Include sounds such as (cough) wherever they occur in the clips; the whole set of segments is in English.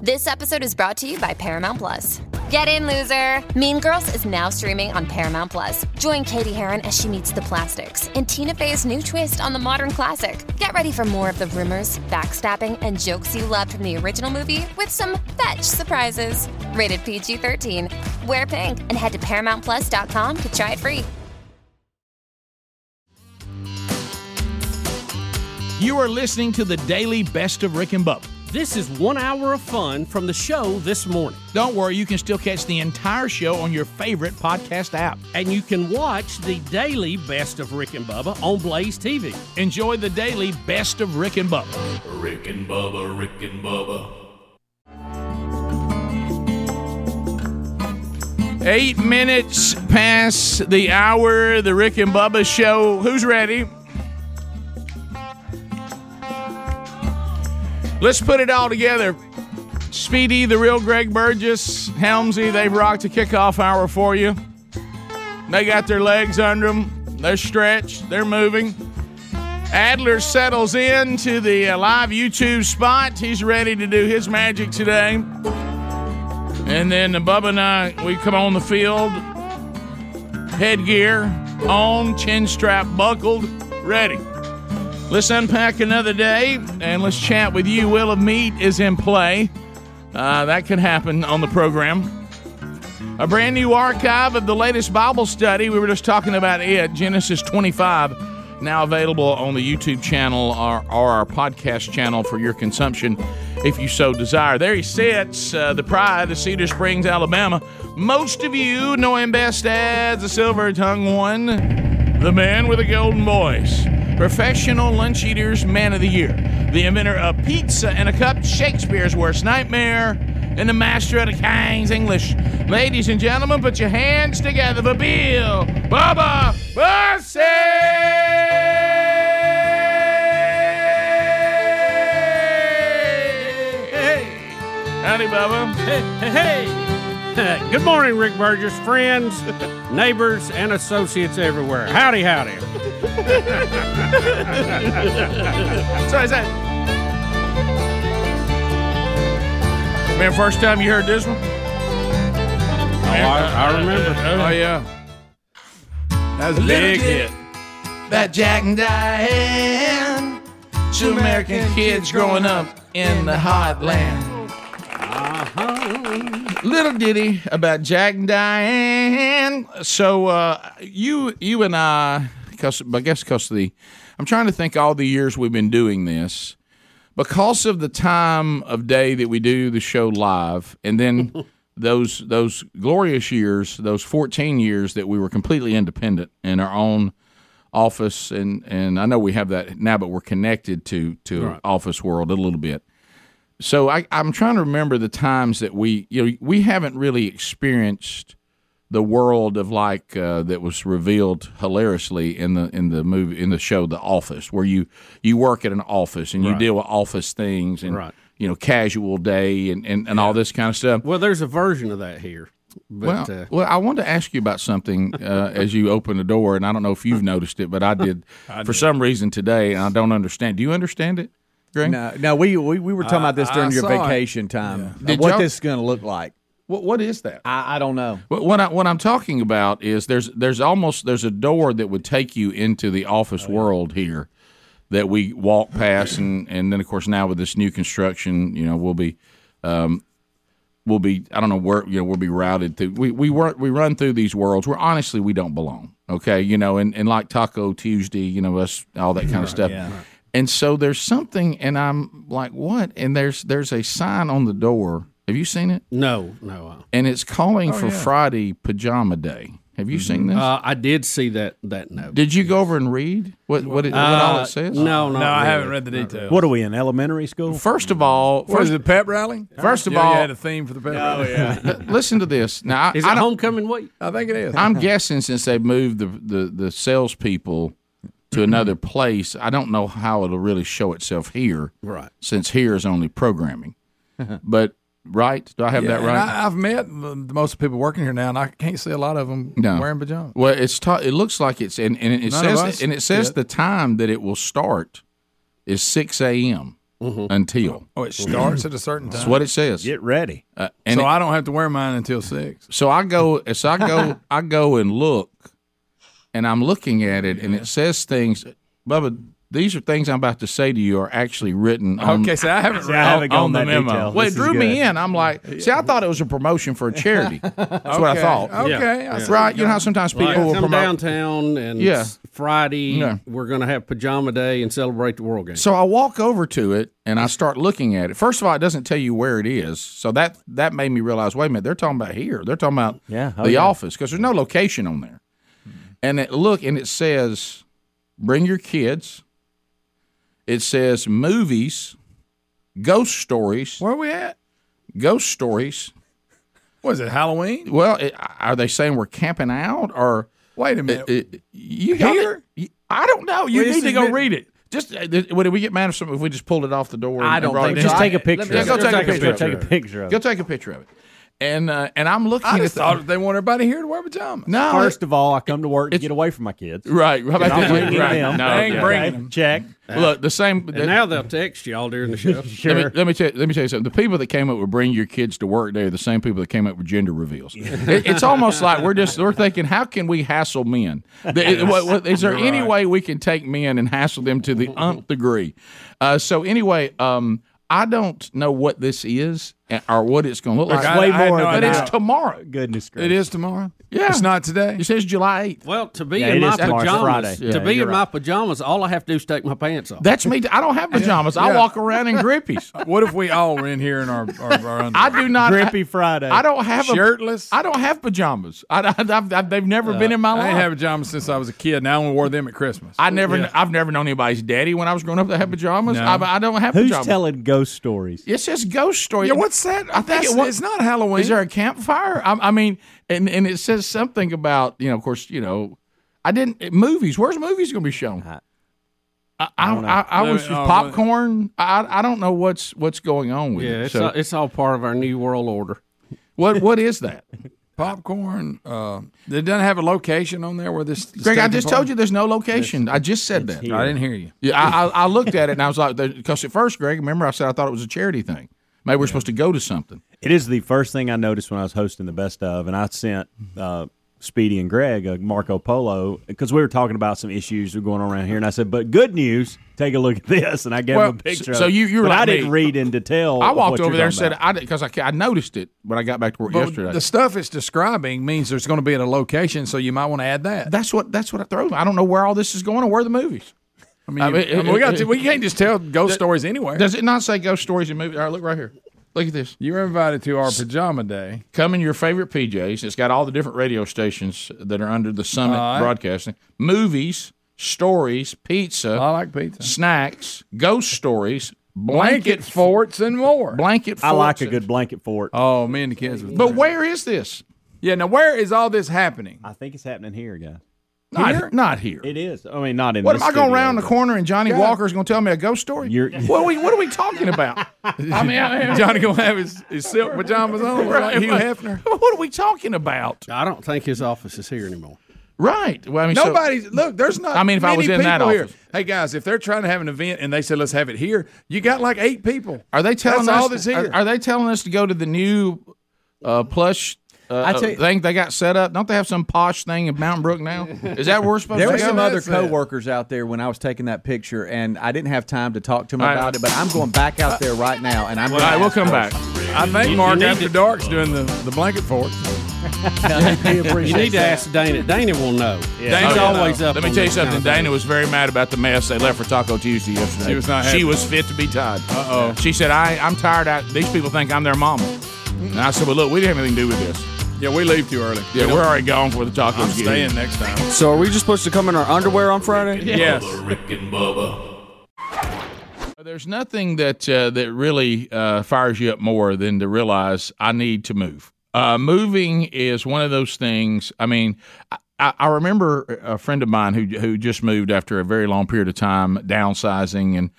This episode is brought to you by Paramount Plus. Get in, loser! Mean Girls is now streaming on Paramount Plus. Join Katie Heron as she meets the plastics in Tina Fey's new twist on the modern classic. Get ready for more of the rumors, backstabbing, and jokes you loved from the original movie with some fetch surprises. Rated PG 13. Wear pink and head to ParamountPlus.com to try it free. You are listening to the daily best of Rick and Bubba. This is one hour of fun from the show this morning. Don't worry, you can still catch the entire show on your favorite podcast app. And you can watch the daily Best of Rick and Bubba on Blaze TV. Enjoy the daily best of Rick and Bubba. Rick and Bubba, Rick and Bubba. Eight minutes past the hour, the Rick and Bubba show. Who's ready? Let's put it all together. Speedy, the real Greg Burgess, Helmsy, they've rocked a kickoff hour for you. They got their legs under them. They're stretched. They're moving. Adler settles in to the uh, live YouTube spot. He's ready to do his magic today. And then the Bubba and I, we come on the field, headgear on, chin strap buckled, ready. Let's unpack another day and let's chat with you. Will of Meat is in play. Uh, that could happen on the program. A brand new archive of the latest Bible study. We were just talking about it, Genesis 25, now available on the YouTube channel or, or our podcast channel for your consumption if you so desire. There he sits, uh, the pride of Cedar Springs, Alabama. Most of you know him best as the silver tongued one. The man with a golden voice. Professional lunch eaters, man of the year. The inventor of pizza and a cup, Shakespeare's worst nightmare, and the master of the king's English. Ladies and gentlemen, put your hands together for Bill Bubba Bussey! Howdy, Bubba. Hey, hey, hey. (laughs) Good morning, Rick Burgess, friends, (laughs) neighbors, and associates everywhere. Howdy, howdy. Sorry, is that? Man, first time you heard this one? Oh, I, I remember. Oh yeah. That was a big hit. That Jack and Diane. Two American kids growing up in the heartland. Uh-huh. Little ditty about Jack and Diane. So uh, you you and I, cause, I guess because the, I'm trying to think all the years we've been doing this, because of the time of day that we do the show live, and then those those glorious years, those 14 years that we were completely independent in our own office, and and I know we have that now, but we're connected to to office world a little bit. So I, I'm trying to remember the times that we you know we haven't really experienced the world of like uh, that was revealed hilariously in the in the movie in the show The Office, where you you work at an office and you deal with office things and Right. you know casual day and and, and all this kind of stuff. Well, there's a version of that here. But well, uh, well, I wanted to ask you about something uh, as you open the door, and I don't know if you've noticed it, but I did for some reason today, and I don't understand. Do you understand it, Greg? No, no, we, we we were talking about this during I your saw it. vacation time. Did What y'all- this is going to look like? What, what is that? I, I don't know. What, what, I, what I'm talking about is there's there's almost there's a door that would take you into the office world here that we walk past, and and then of course now with this new construction, you know, we'll be. Um, We'll be I don't know where you know we'll be routed through we we work we run through these worlds where honestly we don't belong okay you know and, and like Taco Tuesday you know us all that kind of stuff and so there's something and I'm like what and there's there's a sign on the door have you seen it no, no. and it's calling Oh, for Friday Pajama Day. Have you Mm-hmm. seen this? Uh, I did see that that note. Did you go over and read what what, it, what all Uh, it says? No, no, No, I haven't read the details. What are we in elementary school? First of all, What is first, it, pep rally? First of Yeah, all- you had a theme for the pep rally. (laughs) listen to this. Now, I, Is I it don't, homecoming week? (laughs) I think it is. (laughs) I'm guessing since they moved the the, the salespeople to (clears throat) another place, I don't know how it'll really show itself here. Right. Since here is only (laughs) programming, but right? Do I have that Yeah, and right? I, I've met the the most people working here now, and I can't see a lot of them No. wearing pajamas. Well, it's ta- it looks like it's and, and it None of us says and it says did. the time that it will start is six a.m. until. Oh, it starts at a certain time. That's what it says. Get ready. Uh, and so it- I don't have to wear mine until six. So I go, so I go, I go and look, and I'm looking at it, and it says things, Bubba. These are things I'm about to say to you are actually written. On, Okay, so I haven't. See, I haven't on gone the that memo. Oh, detail. Well, it This is drew good. me in. I'm like, see, I thought it was a promotion for a charity. That's what I okay, thought. Okay, Yeah. I see. Right? You know how sometimes people Like, will come promote. downtown and Yeah. s- Friday Yeah. we're gonna have pajama day and celebrate the world game. So I walk over to it and I start looking at it. First of all, it doesn't tell you where it is, so that that made me realize. Wait a minute, they're talking about here. They're talking about Yeah, oh the yeah. office because there's no location on there. And it look and it says, bring your kids. It says movies, ghost stories, Where we at? ghost stories. Was it Halloween? Well, it, are they saying we're camping out or Wait a minute. it, it- you got Here? it? I don't know. You Well, this need to is go written- read it. Just uh, th- would we get mad if something if we just pulled it off the door? I and don't brought think it so. in? Just take a Let me- picture. Yeah, of go it. take a Go picture. Take a picture of Go it. take a picture of it. And uh, and I'm looking I at just the- thought they want everybody here to wear pajamas. no First of all, I come to work to It's- get away from my (laughs) kids. right. How about I'm that? bringing Right. them. No, They ain't yeah. bringing Okay, them. Check. Look, the same. and now they'll text y'all during (laughs) the show. let me, Sure. let me tell you, let me tell you something. The people that came up with bring your kids to work day are the same people that came up with gender reveals. It- it's almost like we're just we're thinking, how can we hassle men? The- it- what- what- Is there any way we can take men and hassle them to the nth degree? Uh, so anyway, um, I don't know what this is eh, or what it's going to look like. I- way I had more no than but idea. it's that. tomorrow. Goodness gracious. It is tomorrow. Yeah. it's not today. It says July eighth. Well, to be Yeah, in it my is tomorrow, pajamas, Friday. to Yeah, be you're in my pajamas, all I have to do is take my pants off. That's me. I don't have pajamas. I Yeah. walk around in grippies. (laughs) What if we all were in here in our our, (laughs) our I underwear? do not. Grippy Friday. I don't have a- shirtless? I don't have pajamas. I, I, I've, I've, they've never been in my I life. ain't had pajamas since I was a kid. Now I only wore them at Christmas. I never, I've never known anybody's daddy when I was growing up that had pajamas. No. I, I don't have Who's pajamas. telling ghost stories? It's just ghost story. yeah, what's that? I think it it was- it's not Halloween. Is there a campfire? I, I mean, and and it says something about you know, of course, you know, I didn't it- movies. Where's movies going to be shown? I I, I, I, was Let just me- oh, popcorn. I I don't know what's what's going on with yeah, it. it's, So all, it's all part of our new world order. what what is (laughs) that? popcorn. Uh, it doesn't have a location on there where this. Greg, I just told you there's no location. I just said that. I didn't hear you. Yeah, I, I, I looked at it and I was like, because at first, Greg, remember I said I thought it was a charity thing. Maybe we're supposed to go to something. It is the first thing I noticed when I was hosting the best of, and I sent uh, Speedy and Greg a Marco Polo because we were talking about some issues that were going on around here, and I said, "But good news, take a look at this," and I gave Well, him a picture. so of it. you- you were but I like me. didn't read in detail. I of walked what you're over there and talking said, about. I because I, ca- I noticed it when I got back to work But yesterday. The stuff it's describing means there's going to be at a location, so you might want to add that. that's what that's what I throw. I don't know where all this is going or where are the movies. I mean, I mean, you- I mean, we got it- to, we can't just tell ghost stories anywhere. Does it not say ghost stories and movies? All right, look right here. Look at this. You're invited to our pajama day. Come in your favorite PJs. It's got all the different radio stations that are under the Summit All right. Broadcasting. Movies, stories, pizza, I like pizza, snacks, ghost stories, blanket blanket for forts, and more. blanket. "I like a forts. good blanket fort." Oh, me and the kids. Was But where is this? yeah, now where is all this happening? I think it's happening here, guys. Not here. Not here. It is. I mean, not in. What this am I going studio, around the but- corner and Johnny God. Walker's going to tell me a ghost story? You're- what, are we, what are we talking about? (laughs) I mean, I (laughs) mean Johnny gonna have his, his silk (laughs) pajamas on like Hugh Hefner. What are we talking about? I don't think his office is (laughs) here anymore. Right. Well, I mean, so- Nobody's look. There's not. I mean, if I many was in that people here. office. Hey guys, if they're trying to have an event and they said let's have it here, you got like eight people. are they telling That's us? all that's here? Are, are they telling us to go to the new uh, plush? Uh, I tell you- thing they got set up. Don't they have some posh thing in Mountain Brook now? Is that where we're supposed There to were go? some other that's it. coworkers out there when I was taking that picture, and I didn't have time to talk to them right. about it. But I'm going back out there right now, and I'm. All right, we'll come back. I think Mark after dark's doing the, the blanket fort. You need to ask Dana. Dana will know. Dana- Dana's always up. Oh, Let me on tell you this kind something. of Dana was very mad about the mess they left for Taco Tuesday yesterday. She was not She happy. was fit to be tied. Uh Uh-oh. She said, "I, I'm tired. I, these people think I'm their mama." And I said, "Well, look, we didn't have anything to do with this. Yeah, we leave too early. Yeah, we're already gone for the tacos. I'm get staying here." next time. So are we just supposed to come in our underwear on Friday? Yes. Bubba, Rick and Bubba. There's nothing that uh, that really uh, fires you up more than to realize I need to move. Uh, moving is one of those things. I mean, I, I I remember a friend of mine who who just moved after a very long period of time, downsizing and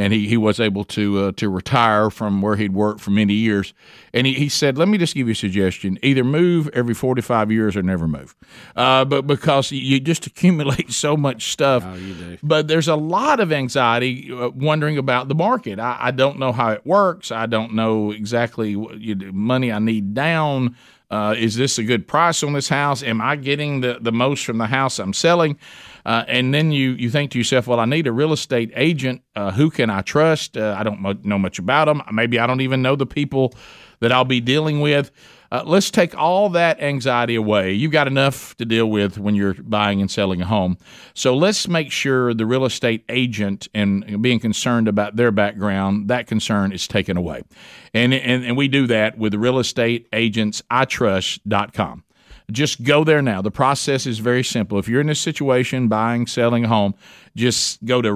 and he, he was able to uh, to retire from where he'd worked for many years. And he, he said, "Let me just give you a suggestion: either move every forty five years or never move, uh, but because you just accumulate (laughs) so much stuff. But there's a lot of anxiety uh, wondering about the market. I, I don't know how it works. I don't know exactly what you, money I need down." Uh, is this a good price on this house? Am I getting the, the most from the house I'm selling? Uh, and then you, you think to yourself, well, I need a real estate agent. Uh, who can I trust? Uh, I don't mo- know much about them. Maybe I don't even know the people that I'll be dealing with. Uh, let's take all that anxiety away. You've got enough to deal with when you're buying and selling a home. So let's make sure the real estate agent and being concerned about their background, that concern is taken away. And, and, and we do that with real estate agents I trust.com just go there now. The process is very simple. If you're in this situation, buying, selling a home, just go to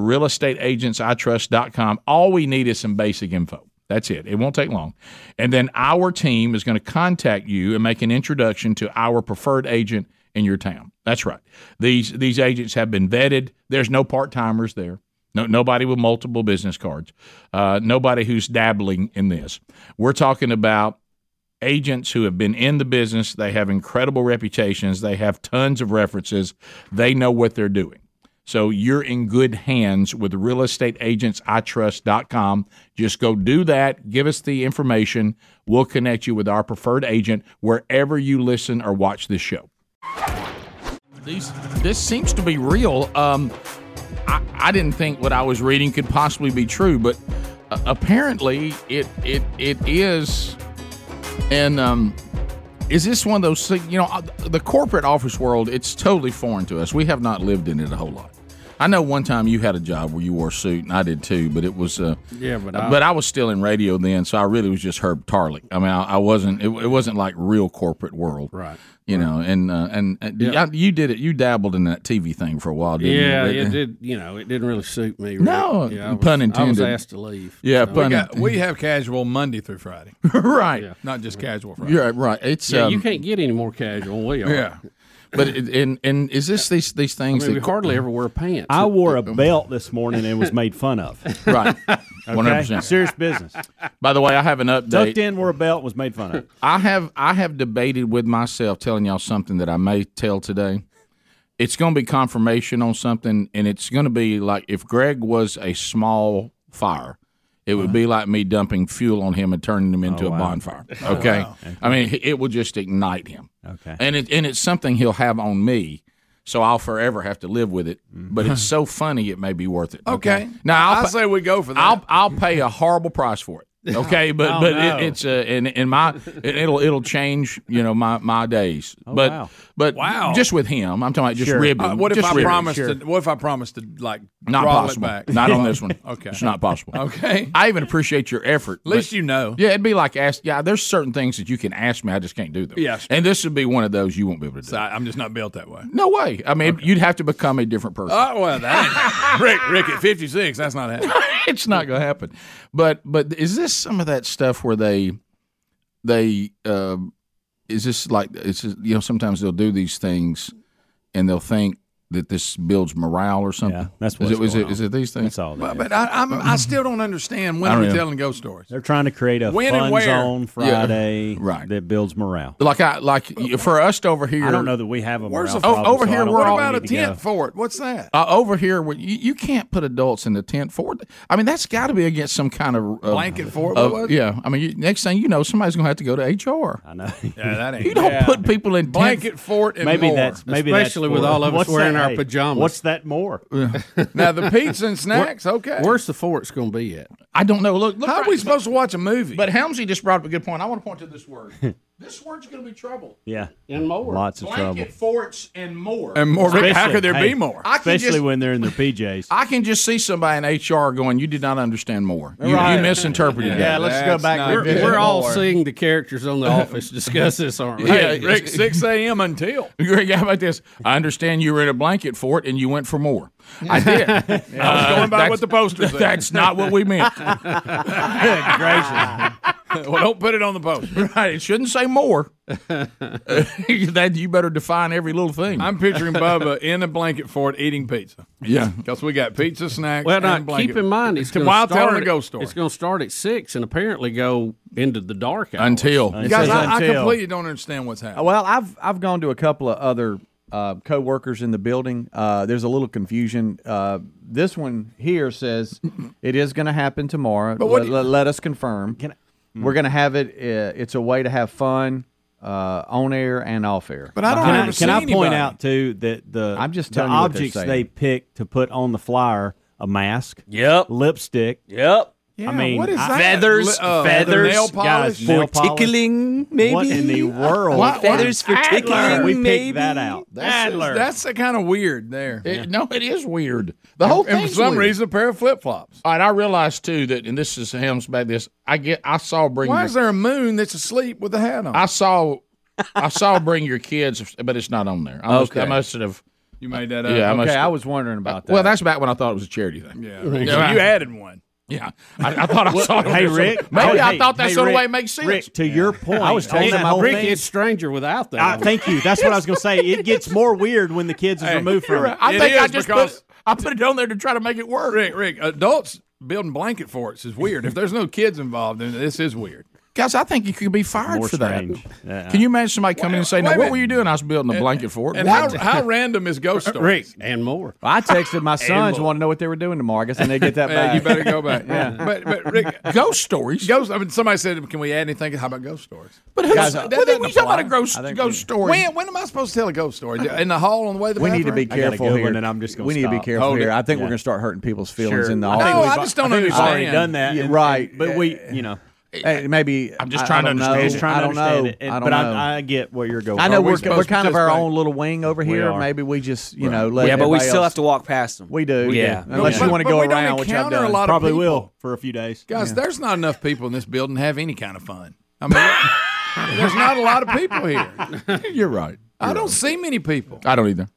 realestateagentsitrust.com. All we need is some basic info. That's it. It won't take long. And then our team is going to contact you and make an introduction to our preferred agent in your town. That's right. These these agents have been vetted. There's no part-timers there. No, nobody with multiple business cards. Uh, nobody who's dabbling in this. We're talking about agents who have been in the business. They have incredible reputations. They have tons of references. They know what they're doing. So you're in good hands with realestateagentsitrust.com. Just go do that. Give us the information. We'll connect you with our preferred agent wherever you listen or watch this show. These, this seems to be real. Um, I, I didn't think what I was reading could possibly be true, but uh, apparently it it it is and um, is this one of those things? You know, uh, the corporate office world, it's totally foreign to us. We have not lived in it a whole lot. I know one time you had a job where you wore a suit, and I did too, but it was. Uh, Yeah, but I- I, but I was still in radio then, so I really was just Herb Tarlick. I mean, I, I wasn't. It, it wasn't like real corporate world, Right, You know, and uh, and uh, I- you did it. You dabbled in that TV thing for a while, didn't Yeah, you? it did. You know, it didn't really suit me. Rick. No, yeah, I was- pun I was intended. asked to leave. (laughs) Yeah, We, pun. got, we have casual Monday through Friday, (laughs) right. not just casual Friday. You're right, right. It's Yeah, um, you can't get any more casual than we are. Yeah. but it, and and is this these these I things mean, we that (laughs) hardly ever wear pants. I wore a belt this morning and was made fun (laughs) of. (laughs) right? One hundred Okay? percent. Serious business. By the way, I have an update. Tucked in, wore a belt, was made (laughs) fun of. I have I have debated with myself telling y'all something that I may tell today. It's going to be confirmation on something, and it's going to be like if Greg was a small fire, it would be like me dumping fuel on him and turning him into a bonfire. Okay, I mean it will just ignite him. Okay. and it and it's something he'll have on me. So I'll forever have to live with it, but it's so funny it may be worth it. Okay. Now I'll I pa- say we go for that. I'll I'll pay a horrible price (laughs) for it. Okay, but but it, it's uh, in in my it, it'll it'll change you know my my days. but wow. but Wow. just with him, I'm talking about just ribbing. Uh, what if just I ribbing. promised? To, what if I promised to like Not throttle possible. It (laughs) back? Not (laughs) on this one. Okay. it's not possible. Okay. I even appreciate your effort. At least you know. Yeah, it'd be like ask. Yeah, there's certain things that you can ask me. I just can't do them. Yes. and this would be one of those you won't be able to do. I, I'm just not built that way. No way. I mean, you'd have to become a different person. Oh well, (laughs) that ain't, Rick. Rick at 56. That's not happening. it's not going to happen. But but is this some of that stuff where they they uh, is this like it's just, you know sometimes they'll do these things and they'll think that this builds morale or something. Yeah, that's what what's is it, is going it on. is it these things? That's all that But, is. but I, I'm, I still don't understand when I are don't we know. telling ghost stories. They're trying to create a When and fun where? zone Friday right. that builds morale. Like I like for us over here. I don't know that we have a morale Where's the- problem, Oh, over so I here, don't we're think all- we About a need to go. tent fort. What's that? Uh, over here, when you, you can't put adults in the tent for it. I mean, that's got to be against some kind of uh, Blanket fort, uh, what was it? yeah, I mean, you, next thing you know, somebody's going to have to go to HR. I know. (laughs) Yeah, that ain't You don't put people in tent- blanket fort and maybe more. that's maybe Especially that's with for- all of us what's wearing that- our hey, pajamas. What's that more? now the pizza and snacks. Okay, Where's the fort's going to be at? I don't know. Look, look how are right- we supposed to watch a movie? But Helmsy just brought up a good point. I want to point to this word. this word's going to be trouble. Yeah, And more. lots of trouble. Blanket forts and more. and more. Rick, how Especially- could there hey, be more? I can Especially just, when they're in their PJs. I can just see somebody in HR going, "You did not understand more. You, Right. you misinterpreted Yeah, that." (laughs) let's go back We're, Yeah. we're all More. seeing the characters on the office discuss this, aren't we? Yeah. Hey, Rick, 6 a.m. until. Greg, how about this? I understand you were in a blanket fort and you went for more. I (laughs) did. I was Uh, (laughs) going by what the poster said. That's not what we meant. well, don't put it on the post. Right. It shouldn't say more. (laughs) that you better define every little thing. I'm picturing Bubba in a blanket fort eating pizza. yeah. Because we got pizza snacks. Well, and now, blanket. keep in mind, it's going Wild to Tale start. and the at- Ghost Story. It's going to start at six and apparently go into the dark hours. Until It Guys, says I, I until. completely don't understand what's happening. Well, I've I've gone to a couple of other uh, co-workers in the building. Uh, there's a little confusion. Uh, this one (laughs) here says it is going to happen tomorrow. what let, do you- Hmm. let- let us confirm. We're going to have it. Uh, it's a way to have fun uh, on air and off air. but I don't Can I, ever see can I point anybody. out too that the I'm just the telling you what they're objects saying. they pick to put on the flyer a mask, Yep. lipstick, Yep. Yeah, I mean, what is that? Feathers, Li- uh, feathers, nail polish. guys, nail For polish. tickling, maybe. What in the world? Why- why- Feathers for tickling, we maybe. picked that out. That's, Adler. That's kind of weird there. It- No, it is weird. The whole and thing. for some reason, a pair of flip flops. All right, I realized too that, and this is Helms back. This I get. I saw bring. Why your, is there a moon that's asleep with a hat on? I saw. I saw bring your kids, but it's not on there. I must, I Okay. must have. you made that up. Yeah, I must. okay, I was wondering about that. Well, that's back when I thought it was a charity thing. Yeah. You added one. Yeah, I, I thought I saw it. on Hey there some- Rick, maybe oh, I hey, thought that's hey, the only Rick, way it makes sense. Rick, to your point, I was told that them whole Rick, thing. it's stranger without that. (laughs) I, thank you. That's what I was going to say. It gets more weird when the kids is removed from it. I It think I is just because- put. I put it on there to try to make it work. Rick, Rick, adults building blanket forts is weird. If there's no kids involved, then this is weird. Guys, I think you could be fired More for strange. that. Yeah. Can you imagine somebody coming in and saying, wait "Now, a what minute. were you doing? I was building a blanket fort." And What? how, how random is Ghost Story? Rick and more. I texted (laughs) my sons. Want to know what they were doing tomorrow? I guess I need to get that Yeah, back. you better go back. But, but Rick, ghost stories? ghost, I mean, somebody said, can we add anything? How about ghost stories? But who's, Guys, what that are we doesn't talking about a apply. ghost, I think ghost we- story? When, when am I supposed to tell a ghost story? In the hall on the way to the we need to be bathroom? gotta careful go here, and then I'm just gonna we need to be stop. careful Hold here. it. I think Yeah. we're going to start hurting people's feelings in the No, office. I just don't We've already understand. done that, Yeah, and- right. But we, you know, Hey, maybe I'm just I- I trying to don't know. understand it. trying to Oh, I don't understand know. it, and- I don't but know. I, I get where you're going. I know we we're, supposed we're to kind of our participate? own little wing over here. are. Maybe we just you know let yeah, but we everybody still else- have to walk past them. We do. Yeah. Unless But- you want to but go we don't around, which I've encounter a done. lot of probably people. will for a few days. Guys, there's not enough people in this building to have any kind of fun. I mean, (laughs) there's not a lot of people (laughs) here. You're right. I don't see many people. I don't either.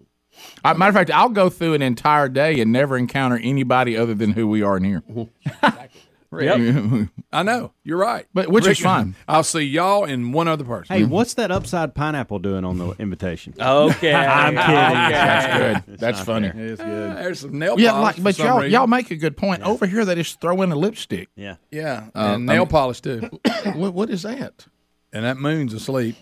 I, matter of fact, I'll go through an entire day and never encounter anybody other than who we are in here. (laughs) I know. You're right. But- which is fine. (laughs) I'll see y'all and one other person. Hey, what's that upside pineapple doing on the invitation? (laughs) Okay. I'm kidding. That's good. That's funny. Uh, there's some nail polish. Yeah, like, for but some y'all reason. y'all make a good point. Over here, they just throw in a lipstick. Yeah. Yeah, Uh, and nail polish too. (laughs) what, what is that? and that moon's asleep.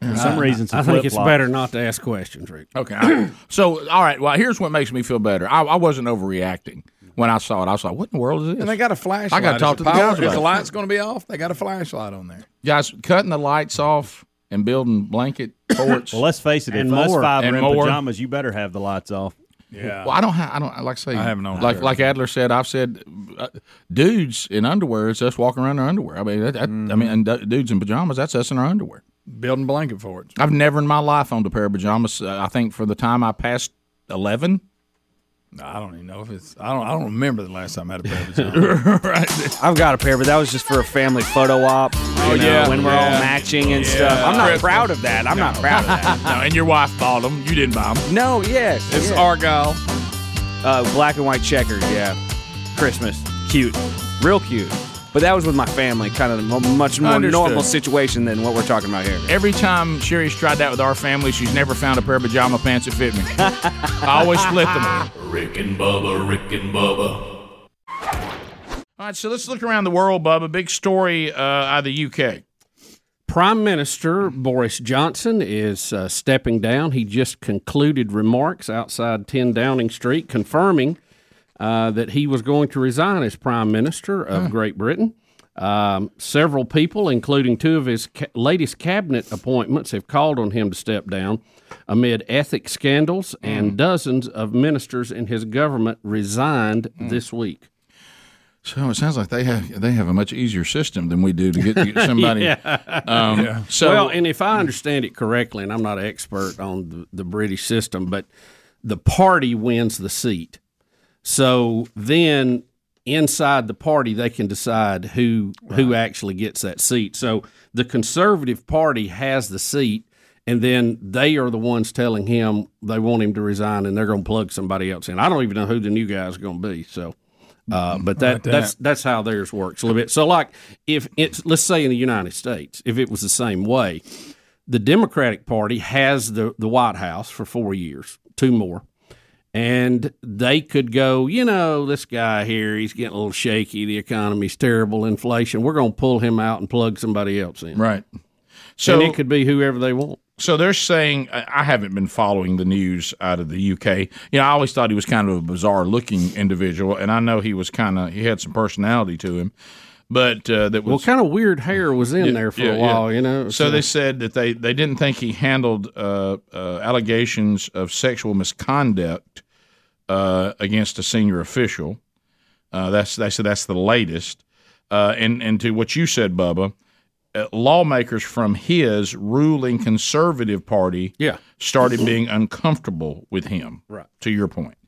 For some reason, some I think it's flip-flops. better not to ask questions, Rick. Okay. I- (clears throat) so, all right. Well, here's what makes me feel better. I, I wasn't overreacting when I saw it. I was like, "What in the world is this?" And they got a flashlight. I gotta talk Is to the power- guys Is about the it. light's going to be off? They got a flashlight on there. guys cutting the lights off and building blanket forts. Well, let's face it. If And us more. five And are in more. pajamas, you better have the lights off. Yeah. Well, I don't have. I don't like I say. I haven't owned like either. like Adler said. I've said, uh, dudes in underwear is us walking around in our underwear. I mean, that, that, I mean, and du- dudes in pajamas. That's us in our underwear. Building blanket forts. I've never in my life owned a pair of pajamas. Uh, I think for the time I passed eleven. I don't even know if it's. I don't. I don't remember the last time I had a pair of pajamas. I've got a pair, but that was just for a family photo op. Oh yeah, when we're all yeah. matching and stuff. I'm not Christmas. proud of that. I'm not proud (laughs) of that. no, and your wife bought them. You didn't buy them. no, yes, it's yeah. Argyle. uh, black and white checkers. Yeah, Christmas, cute, real cute. But that was with my family, kind of a much more Understood. normal situation than what we're talking about here. Every time Sherry's tried that with our family, she's never found a pair of pajama pants that fit me. I always split them. Rick and Bubba, Rick and Bubba, All right, so let's look around the world, Bub. A big story uh, out of the UK. Prime Minister Boris Johnson is uh, stepping down. He just concluded remarks outside 10 Downing Street confirming uh, that he was going to resign as Prime Minister of Great Britain. Um, several people, including two of his ca- latest cabinet appointments, have called on him to step down amid ethics scandals, and dozens of ministers in his government resigned this week. So it sounds like they have they have a much easier system than we do to get, to (laughs) get somebody. Um, So well, and if I understand it correctly, and I'm not an expert on the, the British system, but the party wins the seat. So then inside the party, they can decide who who actually gets that seat. So the Conservative Party has the seat, and then they are the ones telling him they want him to resign, and they're going to plug somebody else in. I don't even know who the new guys are going to be. So Mm, Uh, but that, that's that's how theirs works a little bit. So, like, if it's let's say in the United States, if it was the same way, the Democratic Party has the the White House for four years, two more, and they could go, you know, this guy here, he's getting a little shaky. The economy's terrible, inflation. We're going to pull him out and plug somebody else in, Right. So and it could be whoever they want. So they're saying I I haven't been following the news out of the UK. You know, I always thought he was kind of a bizarre looking individual, and I know he was kind of he had some personality to him, but uh, that Well, was kind of weird hair was in there for yeah, a yeah. while, you know. So they said that they they didn't think he handled uh, uh, allegations of sexual misconduct uh, against a senior official. Uh, that's they said that's the latest. Uh, and and to what you said, Bubba, uh, lawmakers from his ruling conservative party yeah, started being uncomfortable with him. Right. To your point.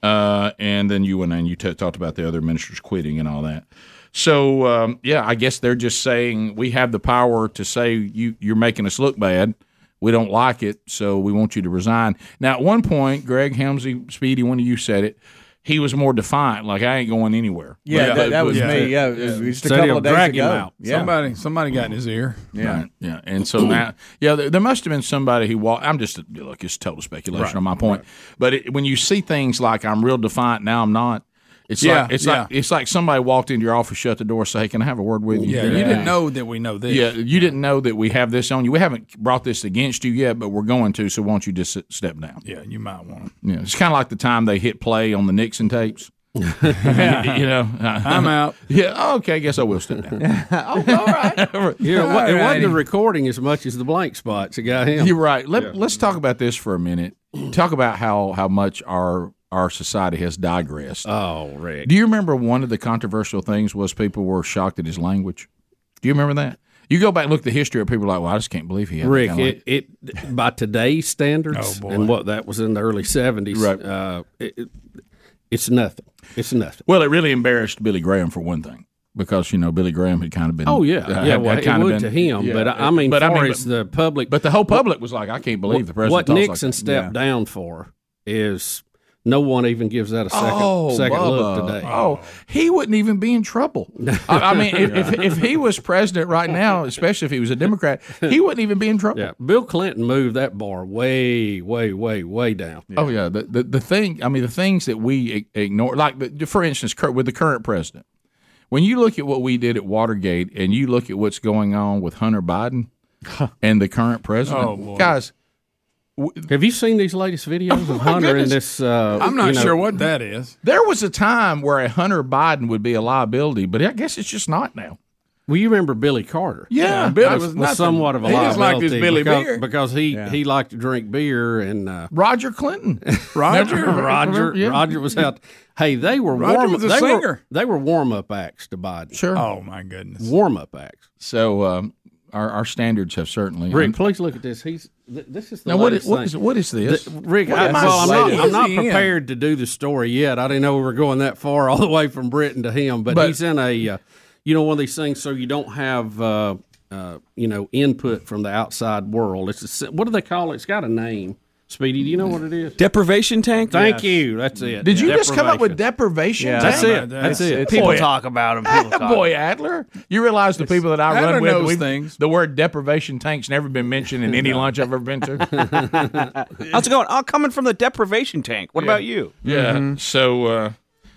Uh, and then you went and you t- talked about the other ministers quitting and all that. So um, yeah, I guess they're just saying we have the power to say you you're making us look bad. We don't like it, so we want you to resign. Now, at one point, Greg Helmsy, Speedy, one of you said it. He was more defiant, like I ain't going anywhere. Yeah, But- that, that was but- me. Yeah, it was just a Said couple he'll of days drag him ago. out. Yeah. Somebody, somebody got in his ear. Yeah. Right, yeah, and so now, yeah, there, there must have been somebody who walked. I'm just look, it's total speculation on my point. But it, when you see things like I'm real defiant now, I'm not. It's Yeah, like it's yeah. like it's like somebody walked into your office, shut the door, say, "Hey, can I have a word with you?" Yeah, you didn't know that we know this. Yeah, you didn't know that we have this on you. We haven't brought this against you yet, but we're going to. So, won't you just sit- step down? Yeah, you might want to. Yeah, it's kind of like the time they hit play on the Nixon tapes. yeah. You know, I'm Oh, out. (laughs) yeah. oh, okay, I guess I will step (laughs) down. (laughs) Yeah, it wa- it wasn't the Alrighty. recording as much as the blank spots that got him. You're right. Let, Let's talk about this for a (clears throat) minute. Talk about how how much our our society has digressed. Oh, Rick. Do you remember one of the controversial things was people were shocked at his language? Do you remember that? You go back and look at the history of people like, well, I just can't believe he had that Rick, kind of language." it, it by today's standards and what that was in the early seventies, Right. uh, it, it- it's nothing. It's nothing. Well, it really embarrassed Billy Graham for one thing, because you know Billy Graham had kind of been. Oh yeah, uh, yeah. had- Well, had it kind of would been- to him, yeah, but I I uh, mean, but but I far mean, as but- the public, but the whole public was like, I can't believe the president. what talks like Nixon that." stepped down for is no one even gives that a second second look Oh, Bubba. today. Oh, he wouldn't even be in trouble. I, I mean, if, if, if he was president right now, especially if he was a Democrat, he wouldn't even be in trouble. Yeah, Bill Clinton moved that bar way, way, way, way down. Oh yeah, the, the the thing. I mean, the things that we ig- ignore, like the, for instance, cur- with the current president, when you look at what we did at Watergate, and you look at what's going on with Hunter Biden and the current president, guys, Have you seen these latest videos of Hunter in goodness. this? Uh, I'm not you know- sure what that is. there was a time where a Hunter Biden would be a liability, but I guess it's just not now. Well, you remember Billy Carter? Yeah, Billy was, was somewhat of a He liability just liked his Billy because, beer. because he, he liked to drink beer (laughs) and uh, Roger Clinton, Roger, Roger yeah. Roger was out. Hey, they were Roger warm. was a they singer. were they were warm up acts to Biden. sure. Oh my goodness. Warm up acts. So um, our our standards have certainly. Rick, please look at this. He's th- this is the now what is, latest what thing. is what is this? Th- Rick, What I, am I well, I'm not, saying? I'm not What is he in? prepared to do the story yet. I didn't know we were going that far, (laughs) all the way from Britain to him. But, But- he's in a, uh, you know, one of these things, so you don't have, uh, uh, you know, input from the outside world. It's a, si- what do they call it? It's got a name. Speedy, do you know what it is? Deprivation tank. Thank you. That's it. Did you just come up with deprivation? That's Damn. it. That's it. People Boy, talk about him. People talk. (laughs) Boy Adler, you realize the people that I Adler run with, knows we've- things. the word deprivation tank's never been mentioned in any lunch I've ever been to. How's it going? I'm coming from the deprivation tank. What about you? yeah. So, uh,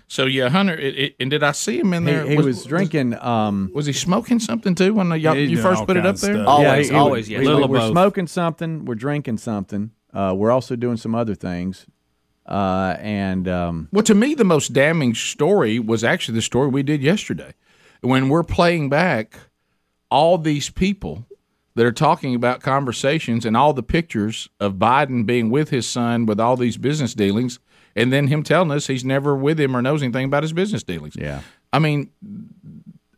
so yeah, Hunter. It, it, and did I see him in there? He, he was, drinking. Um, Was he smoking something too when y'all, He's you doing first all put it up kinds of there? stuff. Oh. Always, yeah, he- he- always, yeah. we- Little we're both. smoking something. We're drinking something. Uh, we're also doing some other things. Uh, and um, Well, to me, the most damning story was actually the story we did yesterday. When we're playing back all these people that are talking about conversations and all the pictures of Biden being with his son with all these business dealings, and then him telling us he's never with him or knows anything about his business dealings. Yeah. I mean,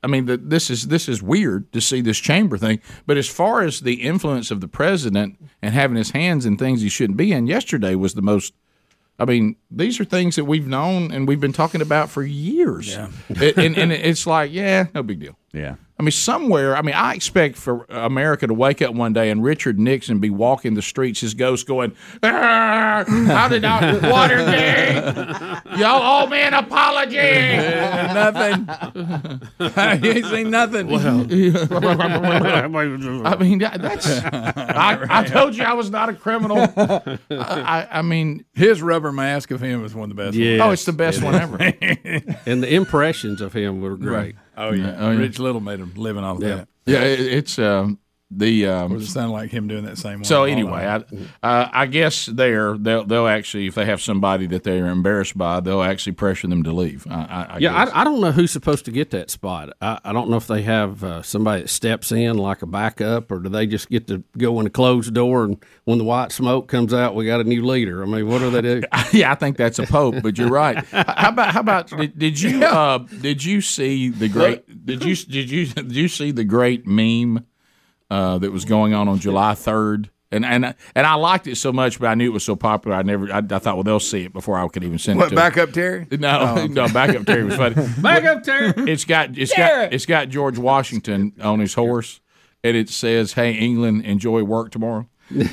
I mean, the, this is this is weird to see this chamber thing. But as far as the influence of the president and having his hands in things he shouldn't be in, yesterday was the most. I mean, these are things that we've known and we've been talking about for years. Yeah. and, and it's like, yeah, no big deal. yeah, I mean, somewhere. I mean, I expect for America to wake up one day and Richard Nixon be walking the streets, his ghost going, "Arr, "How did I Watergate? Y'all owe me an apology." nothing. (laughs) you ain't seen nothing. (laughs) I Uh, mean, that- that's. I, I told you I was not a criminal. I, I, I mean, His rubber mask of him is one of the best. Yes. oh, it's the best one ever. and the impressions of him were great. Oh yeah. Rich Little made him living off that. Yeah, it, it's um, the. Or Um, does it sound like him doing that same one? so anyway, I, uh, I guess there they'll they'll actually if they have somebody that they're embarrassed by, they'll actually pressure them to leave. I, I, I Yeah, guess. I, I don't know who's supposed to get that spot. I, I don't know if they have uh, somebody that steps in like a backup, or do they just get to go in a closed door and when the white smoke comes out, we got a new leader. I mean, what do they do? yeah, I (laughs) think that's a pope, but you're (laughs) right. How about how about did, did you uh, did you see the great did you did you did you see the great meme uh, that was going on on July 3rd? And and and I liked it so much, but I knew it was so popular. I never I, I thought, well, they'll see it before I could even send it what to back up, Terry? them. (laughs) No, no, backup Terry was (laughs) funny. Back up, Terry. It's got it's got it's got George Washington on his horse, and it says, "Hey England, enjoy work (laughs) tomorrow."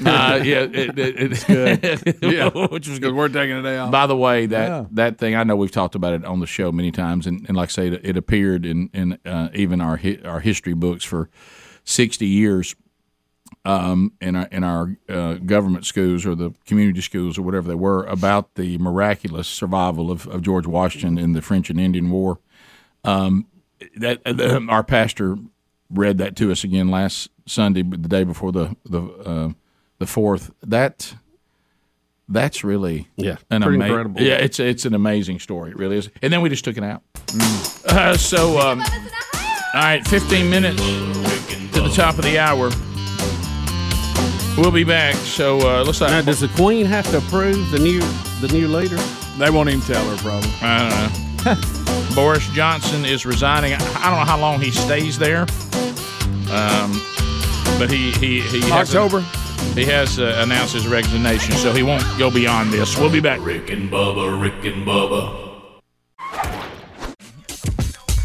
uh, yeah, it, it, it's good. (laughs) yeah, which was good. Because we're taking a day off. By the way, that that thing I know we've talked about it on the show many times, and, and like I say, it, it appeared in in uh, even our hi- our history books for sixty years. Um, in our in our uh, government schools or the community schools or whatever they were about the miraculous survival of, of George Washington in the French and Indian War. Um, that uh, our pastor read that to us again last Sunday, but the day before the the uh, the fourth. That that's really Yeah, an pretty ama- incredible. Yeah, it's it's an amazing story. It really is. And then we just took it out. Uh, so um, all right, fifteen minutes to the top of the hour. We'll be back. So uh, looks like Now, does the Queen have to approve the new the new leader? they won't even tell her, probably. I don't know. Boris Johnson is resigning. I I don't know how long he stays there. Um, but he he he has October. he has uh, announced his resignation, so he won't go beyond this. We'll be back. Rick and Bubba, Rick and Bubba,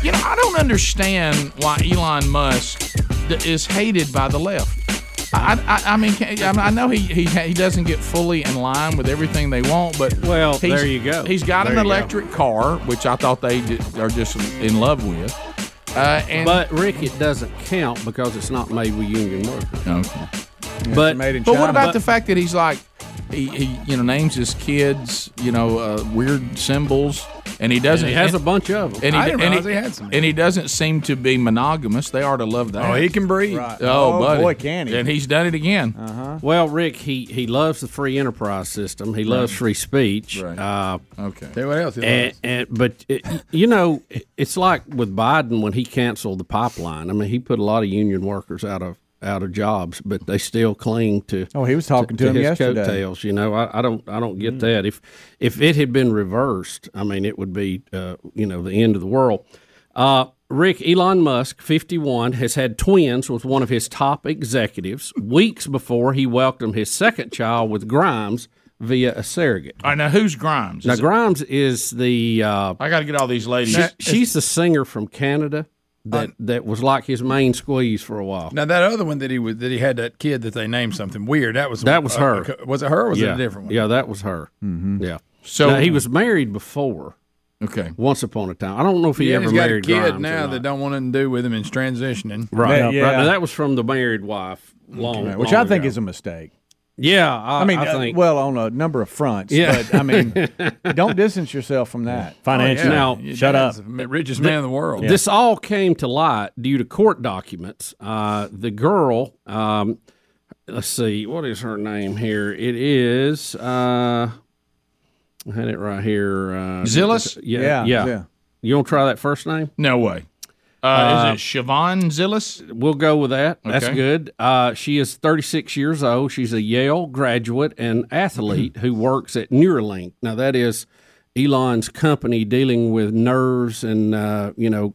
You know, I don't understand why Elon Musk th- is hated by the left. I, I, I mean, can- I mean, I know he, he he doesn't get fully in line with everything they want, but Well, he's- there you go. He's got an There you go. electric car, which I thought they j- are just in love with. Uh, and But Rick, it doesn't count because it's not made with union workers. Okay. but made in But China. what about the fact that he's like, he, he you know names his kids you know uh, weird symbols, and he doesn't he has a and, bunch of them. and I he, didn't and realize he had some. and he doesn't seem to be monogamous. They are to love that. Oh, he can breathe. Oh, Oh, buddy. boy, can he. And he's done it again. Uh-huh. Well, Rick, he, he loves the free enterprise system. He loves free speech. Right. Uh, Okay. Tell you what else he And, loves. and but it, you know, it's like with Biden when he canceled the pipeline. I mean, he put a lot of union workers out of out of jobs, but they still cling to. Oh, he was talking to, him his yesterday. Mm. coattails. You know, I, I don't I don't get that. If if it had been reversed, I mean, it would be uh, you know the end of the world. Uh, Rick Elon Musk, 51, has had twins with one of his top executives weeks before he welcomed his second child with Grimes via a surrogate. All right, now who's Grimes? Now, Is it- Grimes is the uh, I got to get all these ladies. she, she's the singer from Canada that, that was like his main squeeze for a while. Now that other one that he was that he had that kid that they named something weird. That was That was uh, her. uh, was it her? or Was yeah, it a different one? Yeah, that was her. Mm-hmm. Yeah. So- So he was married before. okay. Once upon a time, I don't know if he Yeah, ever he's got a married kid Grimes or now not. that don't want nothing to do with him and is transitioning. right. Yeah, right. yeah. Now that was from the married wife, long, Right, Which long I think ago. is a mistake. yeah. I, I mean, I uh, think well, on a number of fronts. Yeah. But I mean, don't distance yourself from that. Financially. Now- Your shut up. dad's The richest man in the world. This all came to light due to court documents. Uh, the girl, um, let's see, what is her name here? It is, uh, I had it right here. Uh, Zillis? Yeah, yeah. You want to try that first name? No way. Uh, is it Siobhan Zillis? We'll go with that. That's Okay. good. Uh, she is 36 years old. She's a Yale graduate and athlete Mm-hmm. who works at Neuralink. Now, that is Elon's company dealing with nerves and, uh, you know,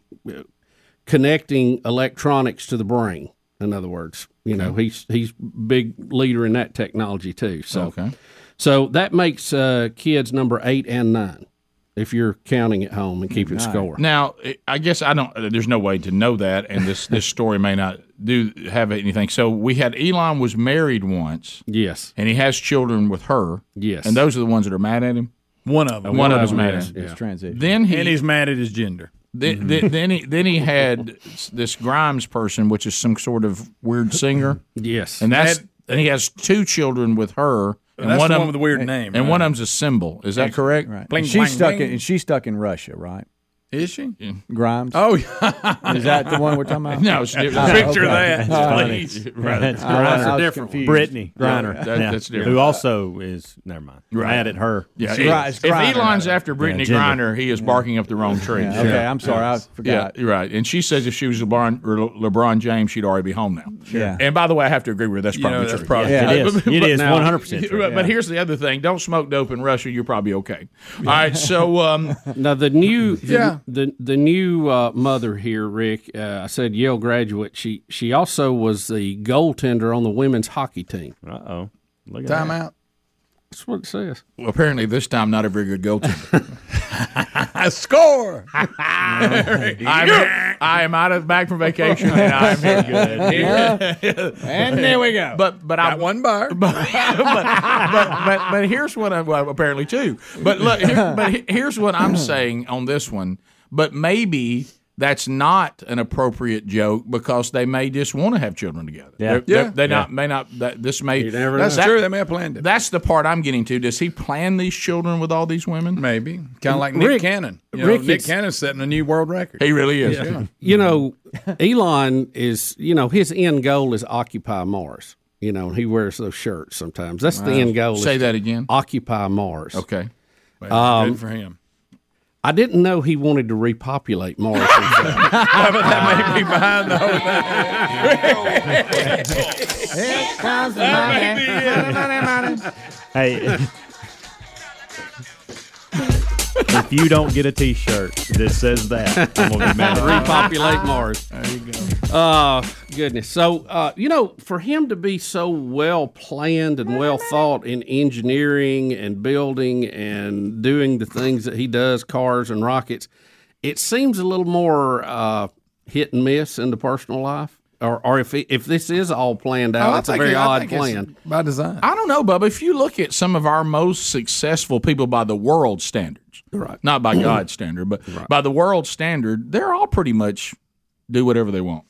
connecting electronics to the brain. In other words, you know, he's he's big leader in that technology too. So, Okay. so that makes uh, kids number eight and nine. if you're counting at home and keeping score. Now, I- I guess I don't. uh, There's no way to know that, and this this story may not do have anything. So we had Elon was married once, Yes. and he has children with her. Yes. and those are the ones that are mad at him. One of them. One of them's mad at him. It's transition. Then he And he's mad at his gender. then, then, then he then he had this Grimes person, which is some sort of weird singer, Yes. and that's and he has two children with her. And that's one the of one with the weird and- name, and right? one of them's a symbol. Is that correct? Right. Bling, and she's bling, stuck bling. in and she's stuck in Russia, right? Is she? Grimes. Oh, yeah. is that the one we're talking about? No, it's different. Picture okay. that. Please. Right. That's I was- I Griner. was different. confused. Brittany Griner. that- that's different. Who also is never mind. Mad at her. Yeah, It's gri- if- it's if Griner. Elon's after Brittany gender. Griner, he is barking up the wrong tree. Okay, I'm sorry, I Yeah, forgot. you're right. And she says if she was LeBron, or Le- LeBron James, she'd already be home now. Yeah. And by the way, I have to agree with her. That's You probably know, that's true. probably (laughs) Yeah. It is. But- It but is now- 100% true. But here's the other thing: don't smoke dope in Russia. You're probably okay. All right. So, um, Now the new the, Yeah. the the new uh, mother here, Rick. Uh, I said Yale graduate. She she also was the goaltender on the women's hockey team. Uh oh. Look at Time that. out. That's what it says. apparently this time, not a very good goaltender. I score. I'm, I am out of back from vacation, and I'm here. (laughs) Good. And there we go. But (laughs) but I Got one bar. but, but but here's what I well, apparently too. But look, here, but he- here's what I'm saying on this one. But maybe that's not an appropriate joke because they may just want to have children together. Yeah. They're- they're- Yeah. they not may not. That, this may. never That's That- true. They may have planned it. That's the part I'm getting to. Does he plan these children with all these women? Maybe. Kind of like Nick Rick- Cannon. You Rick, know, Nick it's- Cannon's setting a new world record. He really is. (laughs) You know, Elon is. You know his end goal is occupy Mars. You know he wears those shirts sometimes. That's the end goal. Say is that again. Occupy Mars. Okay. Well, good for him. I didn't know he wanted to (laughs) repopulate Mars. himself. That may be behind the whole thing. Hey. (laughs) if you don't get a t shirt that says that, I'm going to be (laughs) mad at you. repopulate Mars. There you go. Uh, goodness. So, uh, you know, for him to be so well planned and well thought in engineering and building and doing the things that he does, cars and rockets, it seems a little more uh, hit and miss in the personal life. Or, or if he, if this is all planned out, Oh, I it's a think very it- I odd think it's plan. By design. I don't know, Bubba. If you look at some of our most successful people by the world standards, Right. not by God's standard, but by the world standard, they're all pretty much do whatever they want.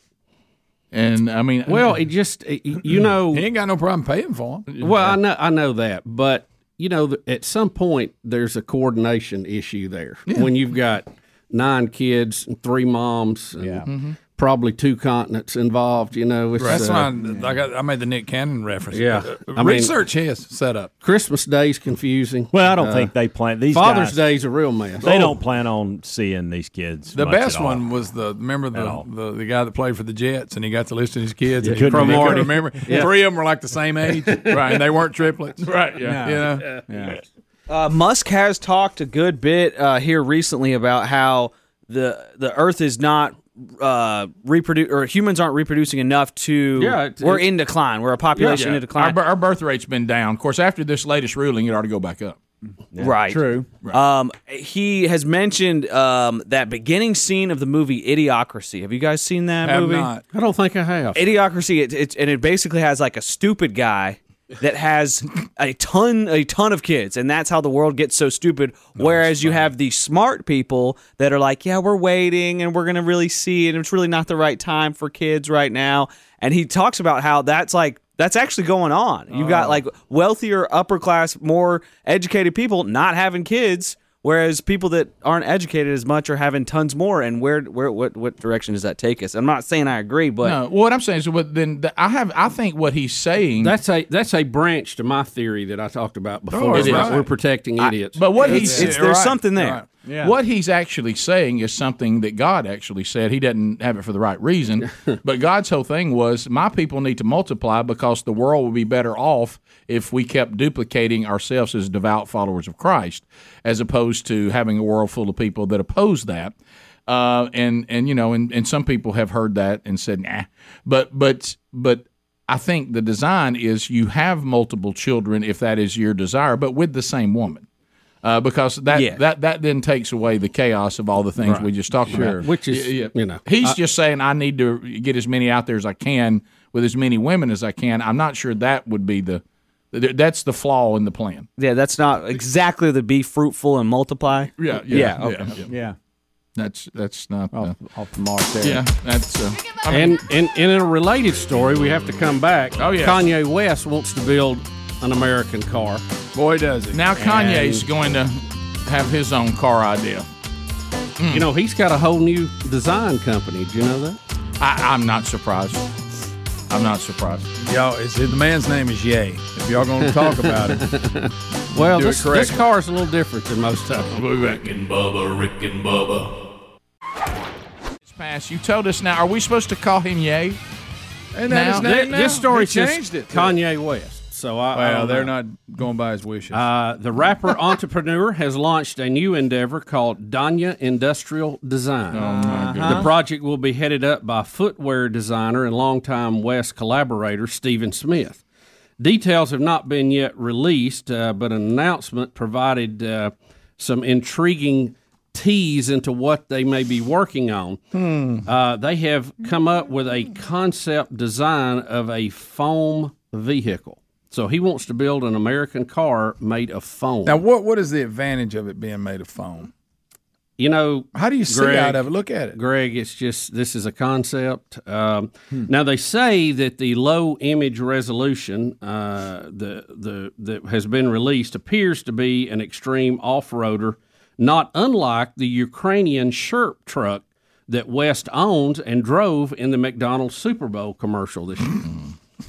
And I mean, Well, it just it- you know (clears throat) He ain't got no problem paying for them. Well, I know I know that, but you know, th- at some point there's a coordination issue there when you've got nine kids and three moms and Mm-hmm. probably two continents involved. You know, it's, That's uh, why like I, I made the Nick Cannon reference. Yeah. Uh, I mean- research his setup. Christmas Day's confusing. Uh, Well, I don't think they plan these Father's guys, Day's a real mess. They don't plan on seeing these kids. The much at best all. one was the remember the, all. the the guy that played for the Jets and he got to list his kids and he Couldn't couldn't, he remember. couldn't remember. Three of them were like the same age, (laughs) right? And they weren't triplets, right? Yeah, you know? Uh, Musk has talked a good bit uh, here recently about how the the Earth is not uh, reproduce or humans aren't reproducing enough to. Yeah, it's- we're in decline. We're a population yeah. in our, decline. bir- our birth rate's been down. Of course, after this latest ruling, it ought to go back up. right. True. Um, he has mentioned um, that beginning scene of the movie Idiocracy. Have you guys seen that Have movie? not. I don't think I have. Idiocracy, it, it, and it basically has like a stupid guy that has a ton, a ton of kids, and that's how the world gets so stupid. Whereas you have the smart people that are like, yeah, we're waiting, and we're gonna really see, and it's really not the right time for kids right now. And he talks about how that's like that's actually going on. You got like wealthier, upper class, more educated people not having kids. Whereas people that aren't educated as much are having tons more, and where, where, what, what direction does that take us? I'm not saying I agree, but No, uh, what I'm saying is, what then the, I have, I think what he's saying. That's a that's a branch to my theory that I talked about before. it is. about we're protecting idiots. but what he's it's, there's something there. What he's actually saying is something that God actually said. He doesn't have it for the right reason, but God's whole thing was my people need to multiply because the world would be better off if we kept duplicating ourselves as devout followers of Christ, as opposed to having a world full of people that oppose that. Uh, and and you know, and, and some people have heard that and said, nah. But but but I think the design is you have multiple children if that is your desire, but with the same woman. uh, because that, Yeah. that that then takes away the chaos of all the things we just talked about. Which is, Yeah, yeah. you know, he's just saying I need to get as many out there as I can with as many women as I can. I'm not sure that would be the th- that's the flaw in the plan. Yeah, that's not exactly the be fruitful and multiply. Yeah, yeah, Yeah, okay. Yeah. That's that's not. uh, Off the mark there. yeah, that's. Uh, I mean, And, and, and in a related story, we have to come back. Oh, yeah. Kanye West wants to build an American car. (laughs) Boy, does it. now Kanye's going to have his own car idea. You know, he's got a whole new design company. Do you know that? I, I'm not surprised. I'm not surprised. Y'all, it's, the man's name is Ye. If y'all going to talk (laughs) about it, Well, Do it this, this correctly. car's a little different than most of them. We'll be back. Rick and Bubba, Rick and Bubba. It's past. You told us now. Are we supposed to call him Yay? and that Now- is Th- name now. this story He changed just it. Kanye West. So I, I Oh, Well, don't they're know. not going by his wishes. Uh, the (laughs) rapper entrepreneur has launched a new endeavor called Danya Industrial Design. Oh, The project will be headed up by footwear designer and longtime West collaborator Stephen Smith. Details have not been yet released, uh, but an announcement provided uh, some intriguing tease into what they may be working on. Uh, they have come up with a concept design of a foam vehicle. So he wants to build an American car made of foam. now, what what is the advantage of it being made of foam? you know, How do you see Greg. out of it? Look at it. Greg, it's just this is a concept. Um, Now they say that the low image resolution uh, the the that has been released appears to be an extreme off roader, not unlike the Ukrainian Sherp truck that West owns and drove in the McDonald's Super Bowl commercial this year.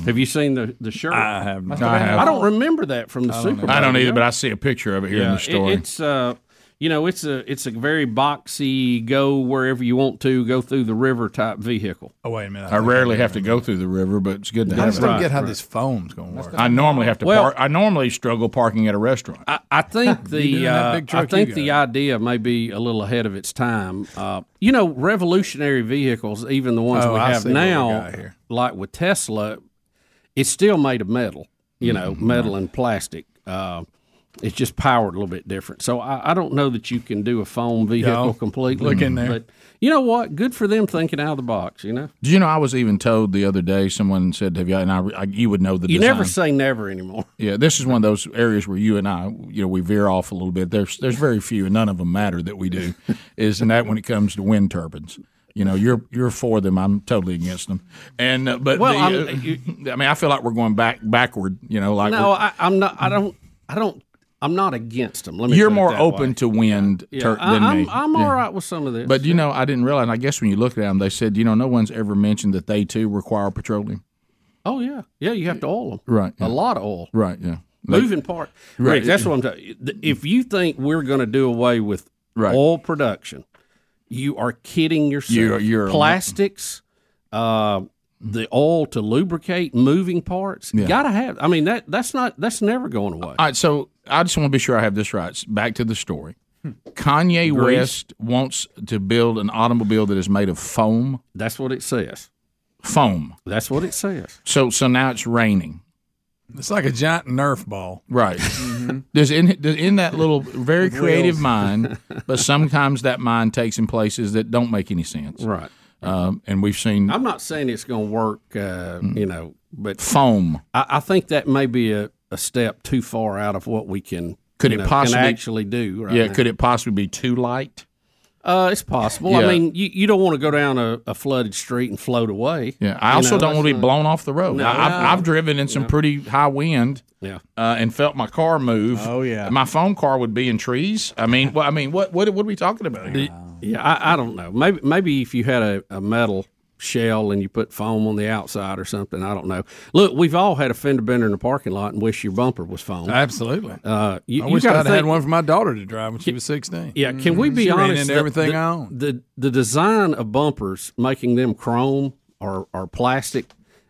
have you seen the the Sherp? I, have not. don't remember that from the Super Bowl. I don't either, but I see a picture of it here in the It- story. it's uh, you know, it's a it's a very boxy, go wherever you want to, go through the river type vehicle. Oh, wait a minute. I rarely have to go through the river, but it's good to I have just it. don't get how this foam's going to work. I normally have to Well- park. I normally struggle parking at a restaurant. I, I (laughs) think You doing the that uh, big I truck think you the idea may be a little ahead of its time. Uh, you know, revolutionary vehicles, even the ones Oh, we I have see what we now, got here. like with Tesla, it's still made of metal. You know, Mm-hmm. metal and plastic. Uh, it's just powered a little bit different. So I, I don't know that you can do a foam vehicle completely. look in there. But you know what? Good for them thinking out of the box. You know. Do you know I was even told the other day? Someone said, "Have you?" And I, I you would know the You design. never say never anymore. yeah, this is one of those areas where you and I, you know, we veer off a little bit. There's there's very few, and none of them matter that we (laughs) do. is and that when it comes to wind turbines. You know, you're you're for them. I'm totally against them. And uh, but Well, the, I'm- uh, I mean, I feel like we're going back backward. You know, like No, we're- I, I'm not. I don't. I don't. I'm not against them. Let me. you're put it more that open way. to wind Yeah, tur- I- than I'm, me. I'm Yeah. all right with some of this. But you know, I didn't realize. I guess when you look at them, they said, you know, no one's ever mentioned that they too require petroleum. oh yeah, yeah, you have to oil them. Right, yeah. a lot of oil. Right. Yeah. Moving part. Rick, that's what I'm talking. If you think we're going to do away with Right. oil production, you are kidding yourself. You're- you're- plastics. Uh, the oil to lubricate moving parts. You Gotta have. I mean that. That's not. That's never going away. All right. So I just want to be sure I have this right. Back to the story. Hmm. Kanye West wants to build an automobile that is made of foam. that's what it says. Foam. That's what it says. So so now it's raining. It's like a giant Nerf ball. Right. Mm-hmm. (laughs) There's in there's in that little (laughs) very creative mind, but sometimes that mind takes in places that don't make any sense. Right. Um, and we've seen I'm not saying it's going to work, uh, Mm-hmm. you know, but foam. I, I think that may be a, a step too far out of what we can Could you it know, can possibly- actually do. Right Yeah. now. Could it possibly be too light? Uh, it's possible. Yeah. I mean, you, you don't want to go down a, a flooded street and float away. Yeah, I also don't want to be blown off the road. I, I've, no. I've driven in some pretty high wind, Yeah. uh, and felt my car move. Oh, yeah. my phone car would be in trees. I mean, well, I mean, what what what are we talking about? Here? Yeah, I, I don't know. Maybe maybe if you had a, a metal shell and you put foam on the outside or something, I don't know. Look, we've all had a fender bender in the parking lot and wish your bumper was foam. Absolutely. Uh, you, I you wish gotta I'd had think- one for my daughter to drive when she was 16. Yeah, can we be She ran honest? into the- everything the, I own. The the design of bumpers, making them chrome or, or plastic,